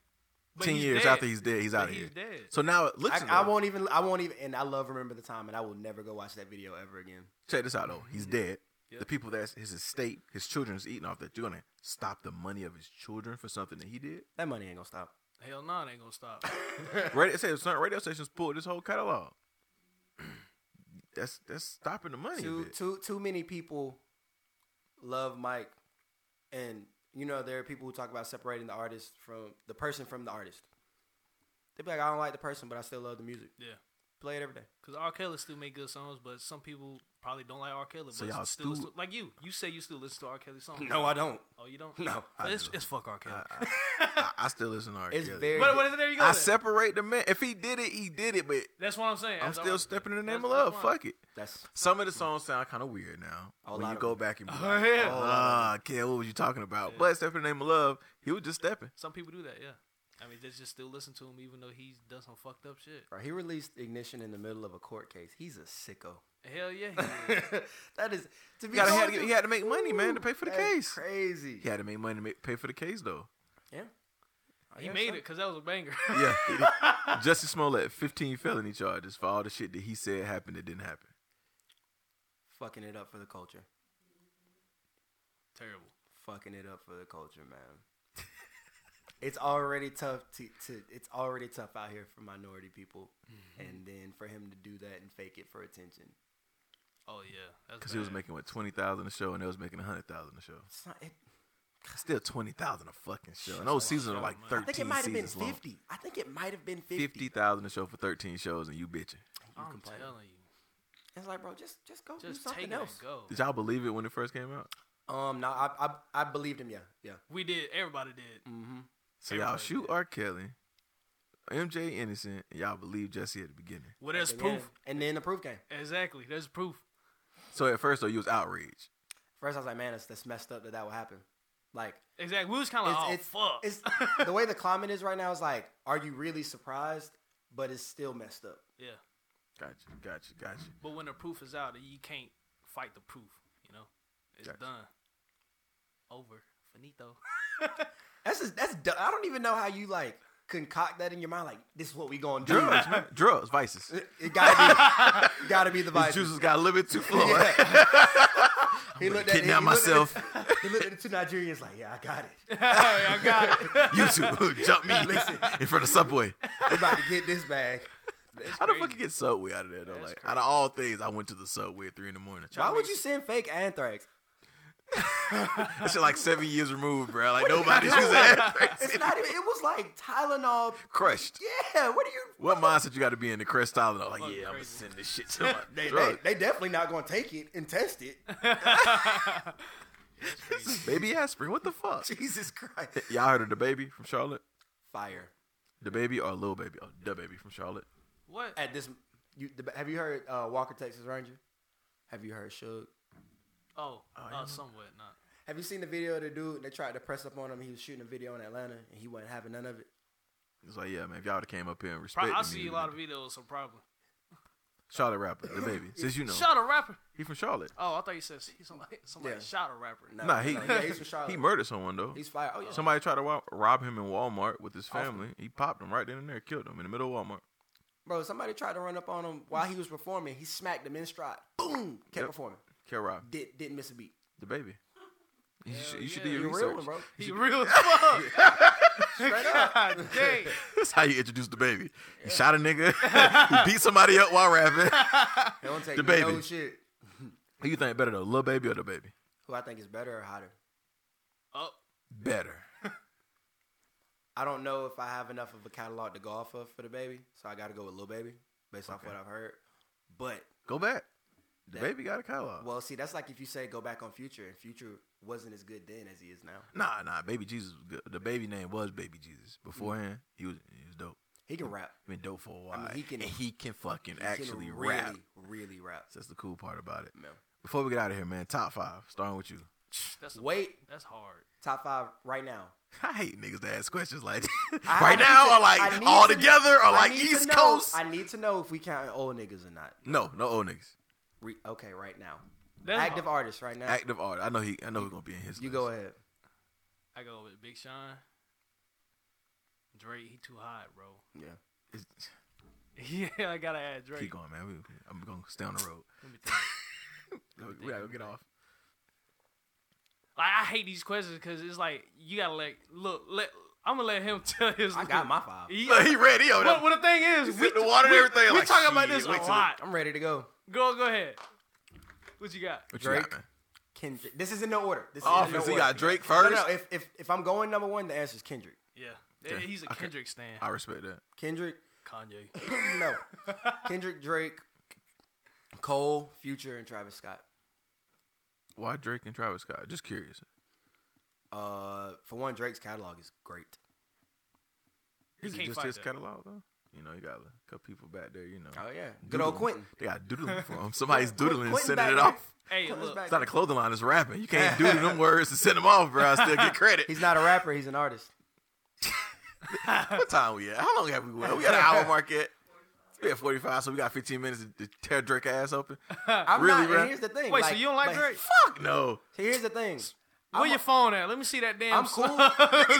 But
ten
he's
years
dead.
after he's dead, he's
But
out of
he's
here.
dead.
So now it looks.
I, I won't even. I won't even. And I love remember the time, and I will never go watch that video ever again.
check this out though. He's dead. The people that's his estate, his children's eating off that. You're gonna stop the money of his children for something that he did.
That money ain't gonna stop.
Hell no, it ain't gonna stop.
Radio, it says, certain radio stations pulled this whole catalog. (clears throat) That's that's stopping the money.
(laughs) Too
of it.
too too many people love Mike, and you know there are people who talk about separating the artist from the person from the artist. They be like, I don't like the person, but I still love the music.
yeah,
Play it every day.
because R. Kelly still make good songs, but some people probably don't like R. Kelly. But
So y'all
still,
stu-
listen- like you, you say you still listen to R. Kelly songs.
No, I don't.
oh, you don't.
No,
But
I
it's,
do.
it's fuck R. Kelly. (laughs)
I, I still listen to R.
It's
Kelly.
very-
but, but there you go.
I
then.
separate the man. If he did it, he did it. But
That's what I'm saying.
I'm
That's
still
all-
stepping in the name of
that's what I'm
love. Fuck it.
That's
Some of the songs sound kind of weird now.
A
when
lot
you
of
go
them.
back and be
Oh,
like,
yeah. A
ah, Kel, what was you talking about? But stepping in the name of love, he was just stepping.
Some people do that, yeah. I mean, they just still listen to him even though he's done some fucked up shit.
right. He released Ignition in the middle of a court case. He's a sicko.
Hell yeah, he is.
(laughs) that is to be
He, gotta, he, had
going
to, get-
through-
he had to make money, man, to pay for the
That's
case.
Crazy.
He had to make money to make, pay for the case, though.
Yeah.
he
Oh, Yeah,
made
son.
it because that was a banger. (laughs)
Yeah. (laughs) Justice Smollett, 15 felony charges for all the shit that he said happened that didn't happen.
Fucking it up for the culture.
Terrible.
Fucking it up for the culture, man. (laughs) it's already tough to, to it's already tough out here for minority people,
Mm-hmm.
and then for him to do that and fake it for attention.
Oh yeah, that's
Because he was
bad.
making, what, 20000 a show, and they was making 100000 a show.
It's not, it,
Still 20000 a fucking show. And those seasons are like
I
13
think it might have been
seasons long.
fifty. I think it might have been fifty.
50000 a show for 13 shows, and you bitching.
I'm
complaining.
telling you,
It's like, bro, just just go
just
do something
take it
else.
and go.
Did y'all believe it when it first came out?
Um, no, I, I I believed him. Yeah, yeah.
We did. Everybody
Mm.
did.
Mm-hmm. So y'all
Everybody
shoot
did.
R. Kelly, MJ innocent, and y'all believe Jesse at the beginning.
Well, there's
And then-
proof.
and then the proof came.
Exactly. There's proof.
So at first though, you was outraged.
First, I was like, man, that's, that's messed up that that would happen. Like,
Exactly. We was kind of
it's,
like, oh
it's,
fuck.
(laughs)
it's
(laughs)
the way the comment is right now is like, are you really surprised? But it's still messed up.
yeah.
Gotcha, gotcha, gotcha.
But when the proof is out, you can't fight the proof. You know, it's
Gotcha.
done. Over. Finito. (laughs)
That's just, that's du- I don't even know how you like concoct that in your mind. Like, this is what we gonna do.
Drugs, man. drugs, vices.
It, it gotta
(laughs)
be, gotta be the
These
vice.
juices got a little bit too fluid. (laughs)
He
gonna
looked at he
kidnap
looked at
myself.
the- (laughs) he looked at the two Nigerians like, yeah, I got it.
I got it.
you two, (laughs) jump me in front of Subway.
We about to get this bag.
(laughs) How the fuck you get Subway out of there though?
That's
like out of all things, I went to the Subway at three in the morning.
Why would you send fake anthrax?
That shit like seven years removed, bro. Like nobody's using that.
It's not
(laughs)
even. It was like Tylenol.
Crushed.
Yeah. What are you?
What mindset you got to be in the crest style? Like, yeah,
Fucking
I'm gonna
crazy.
send this shit to my
They, they,
drug.
they definitely not gonna take it and test it. (laughs)
Baby aspirin, what the
(laughs)
fuck?
Jesus Christ.
Y'all heard of the baby from Charlotte?
Fire.
The baby or little baby? Oh, the baby from Charlotte.
(laughs) What?
At this, you the, have you heard uh, Walker Texas Ranger? Have you heard Suge?
Oh,
you
uh,
know.
somewhat not.
Have you seen the video of the dude? They tried to press up on him. He was shooting a video in Atlanta, and he wasn't having none of it.
It's like, yeah, man, if y'all would have came up here and
Pro-
respected
I
me,
see a
we'd
lot
be-
of videos, so probably.
Charlotte rapper, the
(laughs)
baby. Since you know,
Shot a rapper.
he from Charlotte.
Oh, I thought you said somebody, somebody
Yeah.
shot a rapper.
No,
nah, he
no, yeah,
(laughs)
he's from Charlotte.
he murdered someone though.
He's fire. Oh yeah.
Somebody tried to wa- rob him in Walmart with his family. He popped him right then and there, killed him in the middle of Walmart.
Bro, somebody tried to run up on him while he was performing. He smacked him in stride. Boom. Kept
Yep.
performing.
Kill Rob,
Did didn't miss a beat.
the baby. You,
Hell
should, you should
yeah.
do
You
your
real
research.
one, bro.
He real as fuck.
(laughs) Straight up.
God dang.
(laughs) That's how you introduce the baby. He shot a nigga. (laughs)
(laughs)
he beat somebody up while rapping. (laughs)
They don't take
The
no
baby.
shit.
Who you think better, though, little baby or the baby?
Who I think is better or hotter.
Oh,
Better.
I don't know if I have enough of a catalog to go off of for the baby, so I got to go with Lil Baby based off
Okay.
what I've heard. But
Go back. The
That-
baby got a catalog.
well, see, that's like if you say go back on Future, and Future wasn't as good then as he is now.
Nah, nah, baby Jesus was good. The baby name was Baby Jesus. Beforehand, he was he was dope.
He can rap.
He been dope for a while.
mean, he can-
and he can fucking
He can
actually
really,
rap.
really rap.
That's the cool part about it.
No.
Before we get out of here, man, top five, starting with you.
that's a-
Wait,
That's hard.
top five right now.
I hate niggas that ask questions like that.
I- I
right
need
now,
to-
or
I
like
need
all
to-
together, or
I
like
need to
East
know-
Coast.
I need to know if we count old niggas or not.
no, no old niggas.
Re- okay, right now.
That's
Active
hard.
artists right now.
Active art. I know he. I know he's gonna be in his.
you
list.
go ahead.
I go with Big Sean. Drake, he too hot, bro.
Yeah.
It's-
(laughs) Yeah, I gotta add Drake.
Keep going, man. We, I'm gonna stay on the road.
Let me think.
We gotta go get off.
Like I hate these questions because it's like you gotta like look. Let I'm gonna let him (laughs) tell his.
I got my five.
He,
Look, he ready. Yo,
but, but the thing
He's
is, we
in the water and
we,
everything,
We
like,
talking about
shit,
this a
wait till-
lot.
I'm ready to go.
Go go ahead. What you got?
what you
Drake.
got, man?
Kendrick. This is in no order. This is in no
Offense. He
order.
got Drake
No,
first.
no, If, if if I'm going number one, the answer is Kendrick.
Yeah,
Yeah.
he's a
Okay.
Kendrick stan.
I respect that.
Kendrick. (laughs)
Kanye. (laughs)
no. Kendrick, Drake, Cole, Future, and Travis Scott.
Why Drake and Travis Scott? Just curious.
Uh, for one, Drake's catalog is great.
Is it
can't
just
fight
his
that.
catalog though? You know, you got a couple people back there. You know,
Oh,
yeah, good old Quentin.
Doodling. They got (laughs) doodling for him. Somebody's doodling and
Quentin
sending
back
it
there.
off.
Hey,
Quentin's
look.
back
It's not a clothing line. It's rapping. You (laughs) can't doodle them words and send them off, bro. I still get credit.
He's not a rapper. He's an artist.
What time we at? How long have we went? We got an hour mark yet. We at 45, so we got 15 minutes to, to tear Drake ass open.
I'm
Really,
not. and
bro?
Here's the thing.
Wait, so you don't like
but-
Drake?
Fuck no.
Here's the thing.
Where
I'm
your
a-
phone at? Let me see that damn.
I'm (laughs) cool.
You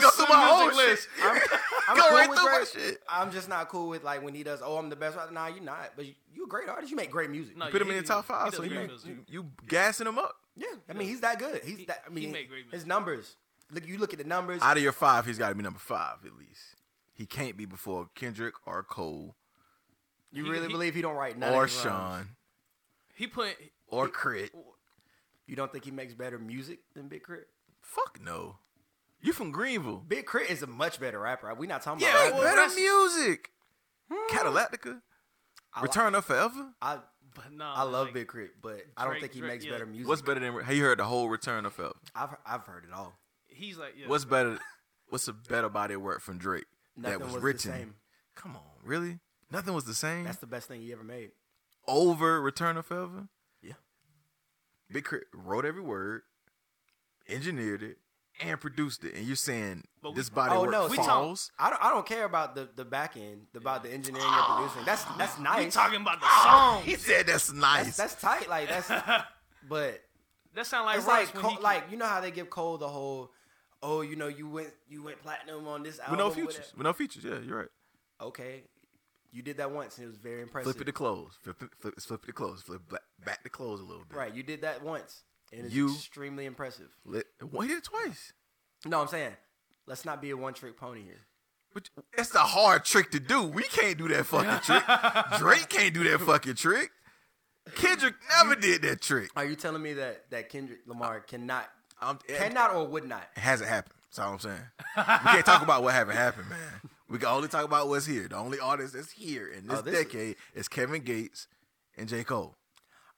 (laughs)
go through my whole
music
list.
list.
I'm, I'm
Go
cool
right
with
through my
Drake.
shit.
I'm just not cool with like when he does. Oh, I'm the best. rapper." Nah, you're not. But you, you a great artist. You make great music.
No,
Put him
yeah,
in the
he-
top
he
five,
does
so you,
great
make,
music.
you, you gassing him up.
Yeah, I mean he's that good. He's that. I
he
mean
make great music.
his numbers. Look, you look at the numbers.
Out of your five, he's got to be number five at least. He can't be before Kendrick or Cole
you
he-
really
he-
believe he don't write none
or
of these rhymes?
Sean
He put.
or Crit.
You don't think he makes better music than Big Crit?
Fuck no. You from Greenville?
Big Crit is a much better rapper. We're not talking
Yeah, Hmm.
about.
well,
rap.
better
that's-
music. Catalactica.
I li-
Return of Forever.
I
But no,
I love
like,
Big Crit, but I don't
Drake-
think he
Drake,
makes
yeah.
better music.
What's better than? Have you heard the whole Return of Forever?
I've I've heard it all.
He's like, yeah.
What's better? What's a better body of work from Drake
Nothing
that was,
was the
written?
same.
Come on, really? Nothing was the same
That's the best thing he ever made.
over Return of Forever.
Yeah.
Big Crit wrote every word, engineered it, and produced it. And you're saying
But we-
this body
Oh
of
no,
work
we talk,
falls?
I don't I don't care about the the back end, about the engineering and producing. That's that's nice. Ah!
We talking about the song.
he said that's nice.
that's, that's tight.
(laughs)
Like that's but
That sound like
it's
Ross
like
when
Cole,
he keep-
like you know how they give Cole the whole oh you know you went you went platinum on this album
with no
with
features.
that."
With no features. Yeah, you're right.
Okay, you did that once and it was very impressive.
Flip it to close. Flip it, flip, flip it to close. Flip back, back to close a little bit.
right, you did that once and it's
You-
extremely impressive.
Let, well, he did it twice.
No, I'm saying let's not be a one trick pony here.
But that's the hard trick to do. We can't do that fucking (laughs) trick. Drake can't do that fucking trick. Kendrick never did that trick.
Are you telling me that that Kendrick Lamar cannot
I'm, it,
cannot or would not?
hasn't happened. That's all I'm (laughs) saying. We can't talk about what haven't happened, man. We can only talk about what's here. The only artist that's here in this,
Oh, this is-
decade is Kevin Gates and J. Cole.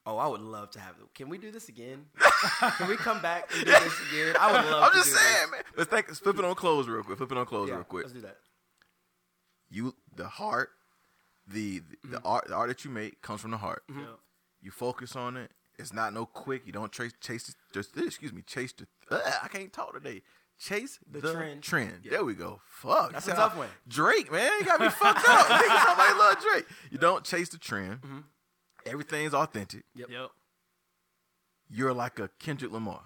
Oh, I would love to have. Can we do this again? (laughs) Can we come back and do this again? I would (laughs) love.
I'm
to
just
do this.
saying, man. Let's think, let's flip it on clothes real quick. Flip it on clothes
Yeah,
real quick.
Let's do that.
You the heart, the the,
Mm-hmm.
the art the art that you make comes from the heart.
Yeah.
You focus on it. It's not no quick. You don't chase chase the, just excuse me chase the. Ugh, I can't talk today. Chase the,
The
trend.
trend.
There we go. Fuck.
That's
You
a
sound-
tough one.
Drake, man, you got me fucked
(laughs)
up. Nigga, somebody love Drake. You don't chase the trend.
Mm-hmm.
Everything's authentic.
Yep.
You're like a Kendrick Lamar,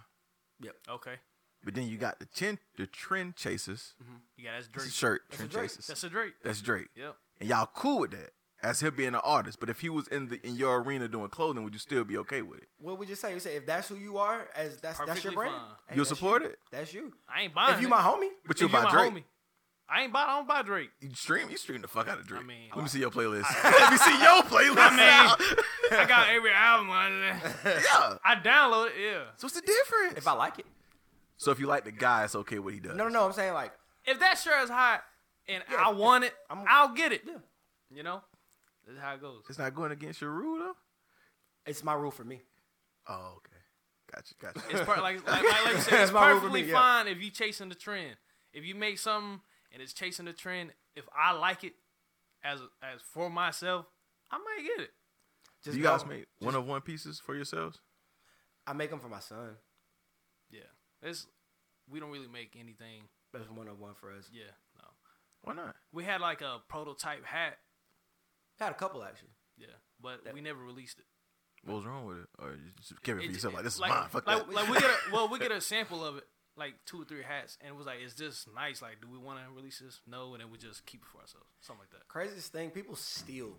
Okay.
but then you got the chin, the trend chasers.
You got that's
That's
Drake.
a shirt.
Mm-hmm. That's
trend
a Drake.
chasers.
That's a Drake.
That's Drake.
Yep.
and y'all cool with that as him being an artist. But if he was in the in your arena doing clothing, would you still be okay with it?
What would you say? You say if that's who you are, as that's that's your
Perfectly
brand.
fine.
Hey,
You'll
that's
support
you.
it?
That's you.
I ain't buying.
if you
it.
my homie,
But
If
you'll
you
buy
my
Drake.
homie. I ain't buy. I don't buy
(laughs)
Drake.
You stream, you stream the fuck out of Drake.
I mean-
let me see your playlist. (laughs) let me see your playlist.
I
now.
I got every album. I
(laughs)
(laughs)
yeah.
I download it. Yeah.
So what's the difference?
if I like it.
so if you like the guy, it's okay what he does.
No, no, no. I'm saying like
If that shirt is hot and
Yeah,
I want it,
I'm-
i will get it.
Yeah.
You know. That's how it goes.
It's not going against your rule though.
it's my rule for me.
Oh, okay. Gotcha, gotcha.
It's
(laughs)
per- like, like, like, like you said,
That's
it's
my rule for
perfectly
me, yeah.
fine if you chasing the trend. If you make something and it's chasing the trend, if I like it as as for myself, I might get it.
Just
Do you guys
know,
make one of one pieces for yourselves?
I make them for my son.
Yeah, it's we don't really make anything.
That's one of one for us.
Yeah, no.
Why not?
We had like a prototype hat.
Had a couple actually.
Yeah, but we never released it.
What was wrong with it? Or you just kept it for
It-
yourself?
it-
Like this is
like,
mine. Fuck
like,
that.
like we get
(laughs)
a well, we get a sample of it, like two or three hats, and it was like, is this nice? Like, do we want to release this? No, and then we just keep it for ourselves, something like
(laughs)
that.
Craziest thing, people steal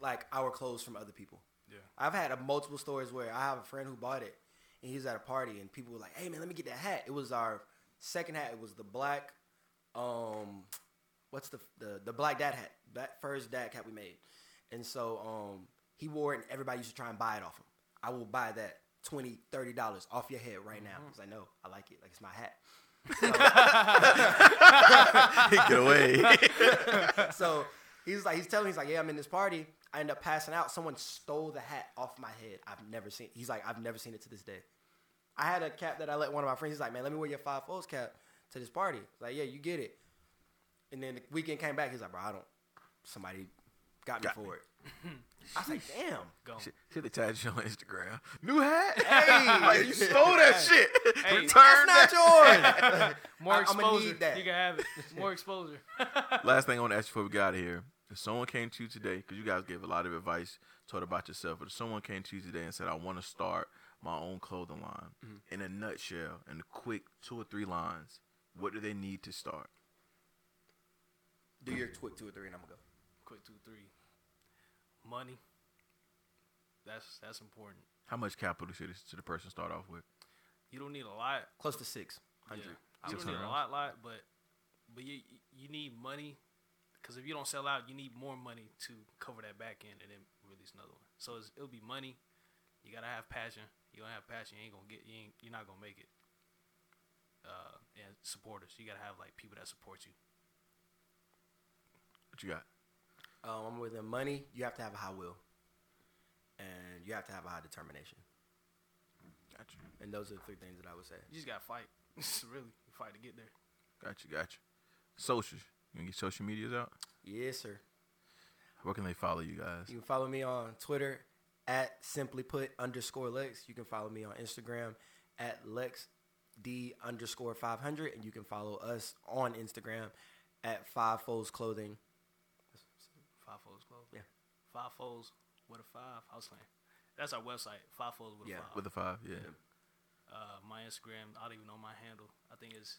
like our clothes from other people. uh,
Yeah.
I've had a multiple stories where I have a friend who bought it and he was at a party, and people were like, "Hey man, let me get that hat." It was our second hat. It was the black, um, what's the the, the black dad hat, that first dad hat we made, and so um, he wore it, and everybody used to try and buy it off him. I will buy that. 20 30 dollars off your head right now because i know i like it like it's my hat
Get away.
(laughs)
so he's like, he's telling me, he's like, yeah, I'm in this party. I end up passing out. Someone stole the hat off my head. I've never seen. He's like, I've never seen it to this day. I had a cap that I let one of my friends. He's like, man, let me wear your five folds cap to this party. Like, yeah, you get it. And then the weekend came back. He's like, bro, I don't. Somebody got me
Got
for
me.
it.
(laughs)
I was like, damn.
Gone.
Shit, shit, they tagged you on Instagram. New hat.
Oh. (laughs) Hey.
Like, you stole that shit.
Hey,
Return
That's
that.
not yours.
(laughs)
More
I- I'ma
exposure.
need that.
You can have it. More exposure.
Last thing I want to ask you before we got here. If someone came to you today, because you guys gave a lot of advice, told about yourself, but if someone came to you today and said, I want to start my own clothing line,
Mm-hmm.
in a nutshell, in a quick two or three lines, what do they need to start?
Do your quick two or three, and I'm gonna go.
Quick two three. Money. That's that's important.
How much capital should, should the person start off with?
You don't need a lot.
Close to six
Yeah.
hundred.
You don't
600.
need a lot, lot, but but you you need money because if you don't sell out, you need more money to cover that back end and then release another one. So it's, it'll be money. You gotta have passion. You don't have passion, you ain't gonna get. You ain't, you're not gonna make it. Uh, and supporters. You gotta have like people that support you.
What you got?
Um, I'm with the money. You have to have a high will, and you have to have a high determination.
Got you.
And those are the three things that I would say.
You just gotta fight. (laughs) really, you fight to get there.
Got you. Got you. Socials. You gonna get social medias out?
Yes, sir.
Where can they follow you guys?
You can follow me on Twitter at simply put underscore Lex. You can follow me on Instagram at Lex D underscore 500. And you can follow us on Instagram at Five Folds Clothing.
Five folds close.
Yeah.
Five folds with a five. I was saying, that's our website. Five folds with
Yeah,
a five.
With the five? Yeah.
uh, my Instagram. I don't even know my handle. I think it's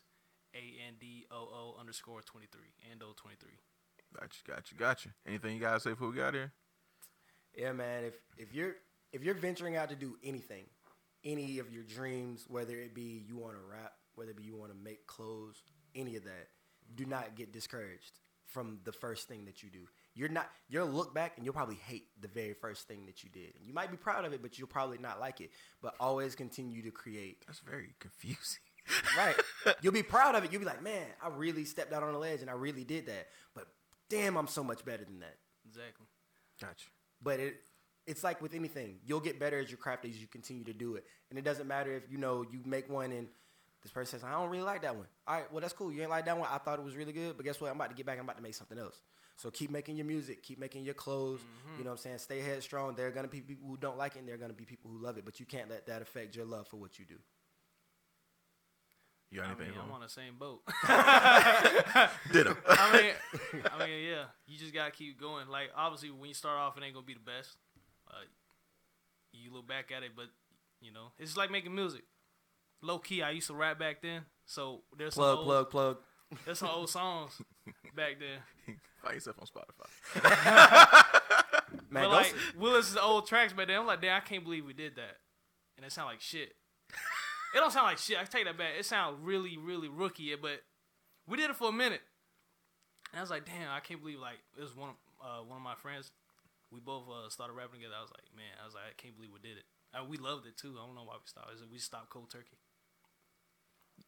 a n d o o underscore twenty three. Ando twenty three.
Got you. Got you. Got you. Anything you guys say before we got here?
Yeah, man. If if you're if you're venturing out to do anything, any of your dreams, whether it be you want to rap, whether it be you want to make clothes, any of that, do not get discouraged from the first thing that you do. You're not you'll look back and you'll probably hate the very first thing that you did. And you might be proud of it, but you'll probably not like it. But always continue to create.
That's very confusing. (laughs)
Right. you'll be proud of it. You'll be like, man, I really stepped out on a ledge and I really did that. But damn, I'm so much better than that
Exactly.
Got you.
but it it's like with anything you'll get better at your craft as you continue to do it and it doesn't matter if you know you make one and this person says i don't really like that one all right well that's cool you ain't like that one i thought it was really good but guess what i'm about to get back i'm about to make something else so keep making your music keep making your clothes you know what i'm saying stay headstrong there are going to be people who don't like it and there are going to be people who love it but you can't let that affect your love for what you do
You got
I
anything?
mean, I'm
going?
on the same
(laughs)
boat. (laughs)
Ditto.
I mean, I mean, yeah. You just gotta keep going. Like obviously, when you start off, it ain't gonna be the best. Uh, you look back at it, but you know, it's just like making music. Low key, I used to rap back then, so there's some
plug
old,
plug plug
there's some old songs back then.
(laughs) Find yourself on Spotify.
but
man go
like,
s-
we'll listen to old tracks back then. I'm like, damn, I can't believe we did that. And it sound like shit. it don't sound like shit. I take that back. It sound really, really rookie, but we did it for a minute. And I was like, damn, I can't believe like it was one of, uh, one of my friends. We both uh, started rapping together. I was like, man, I was like, I can't believe we did it. Uh, we loved it too. I don't know why we stopped. It's- We stopped cold turkey.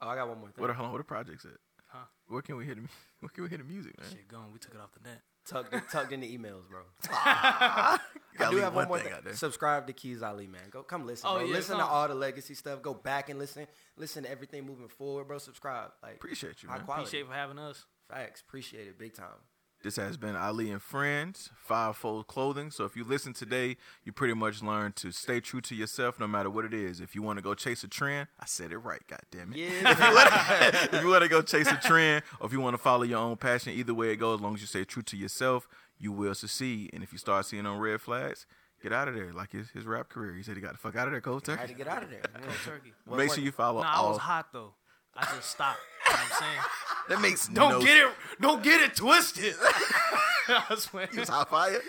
oh i got one more thing
What are, hold on, what are projects at?
Huh?
Where can we hear the mu- (laughs) Where can we hear the music, man?
Shit, gone. We took it off the net.
tucked, tucked into emails bro
Gotta
I do
leave
have one, more thing.
out there.
Subscribe to Keys Ali, man. Go come listen.
Oh,
bro.
yeah,
listen
no.
to all the legacy stuff. Go back and listen. Listen to everything moving forward, bro. Subscribe. Like
Appreciate you,
high
man.
quality.
Appreciate for having us.
Facts. Appreciate it big time.
This has been Ali and Friends, Five Fold Clothing. So if you listen today, you pretty much learn to stay true to yourself no matter what it is. If you want to go chase a trend, I said it right, god damn it.
(laughs) Yeah.
(laughs) if you want to go chase a trend or if you want to follow your own passion, either way it goes, as long as you stay true to yourself, you will succeed. And if you start seeing on red flags, get out of there. Like his, his rap career. He said he got the fuck out of there, cold
I had
turkey.
to get out of there.
Cold turkey.
What
Make
worked?
sure you follow
Nah, I
all.
was hot though. I just stopped. You know what I'm saying?
That makes
Don't
no
get it. Don't get it twisted. (laughs) I swear.
He was hot fire.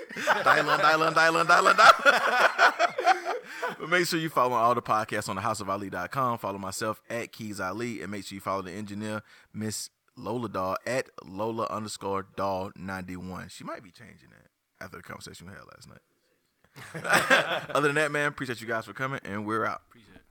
dial on, dial on, dial on, dial on, dial. (laughs) but make sure you follow all the podcasts on thehouseofali.com. Follow myself at Keys Ali, and make sure you follow the engineer Miss Lola Doll at Lola underscore Doll ninety one. She might be changing that after the (laughs) conversation we had last night. Other than that, man, appreciate you guys for coming, and we're out.
Appreciate it.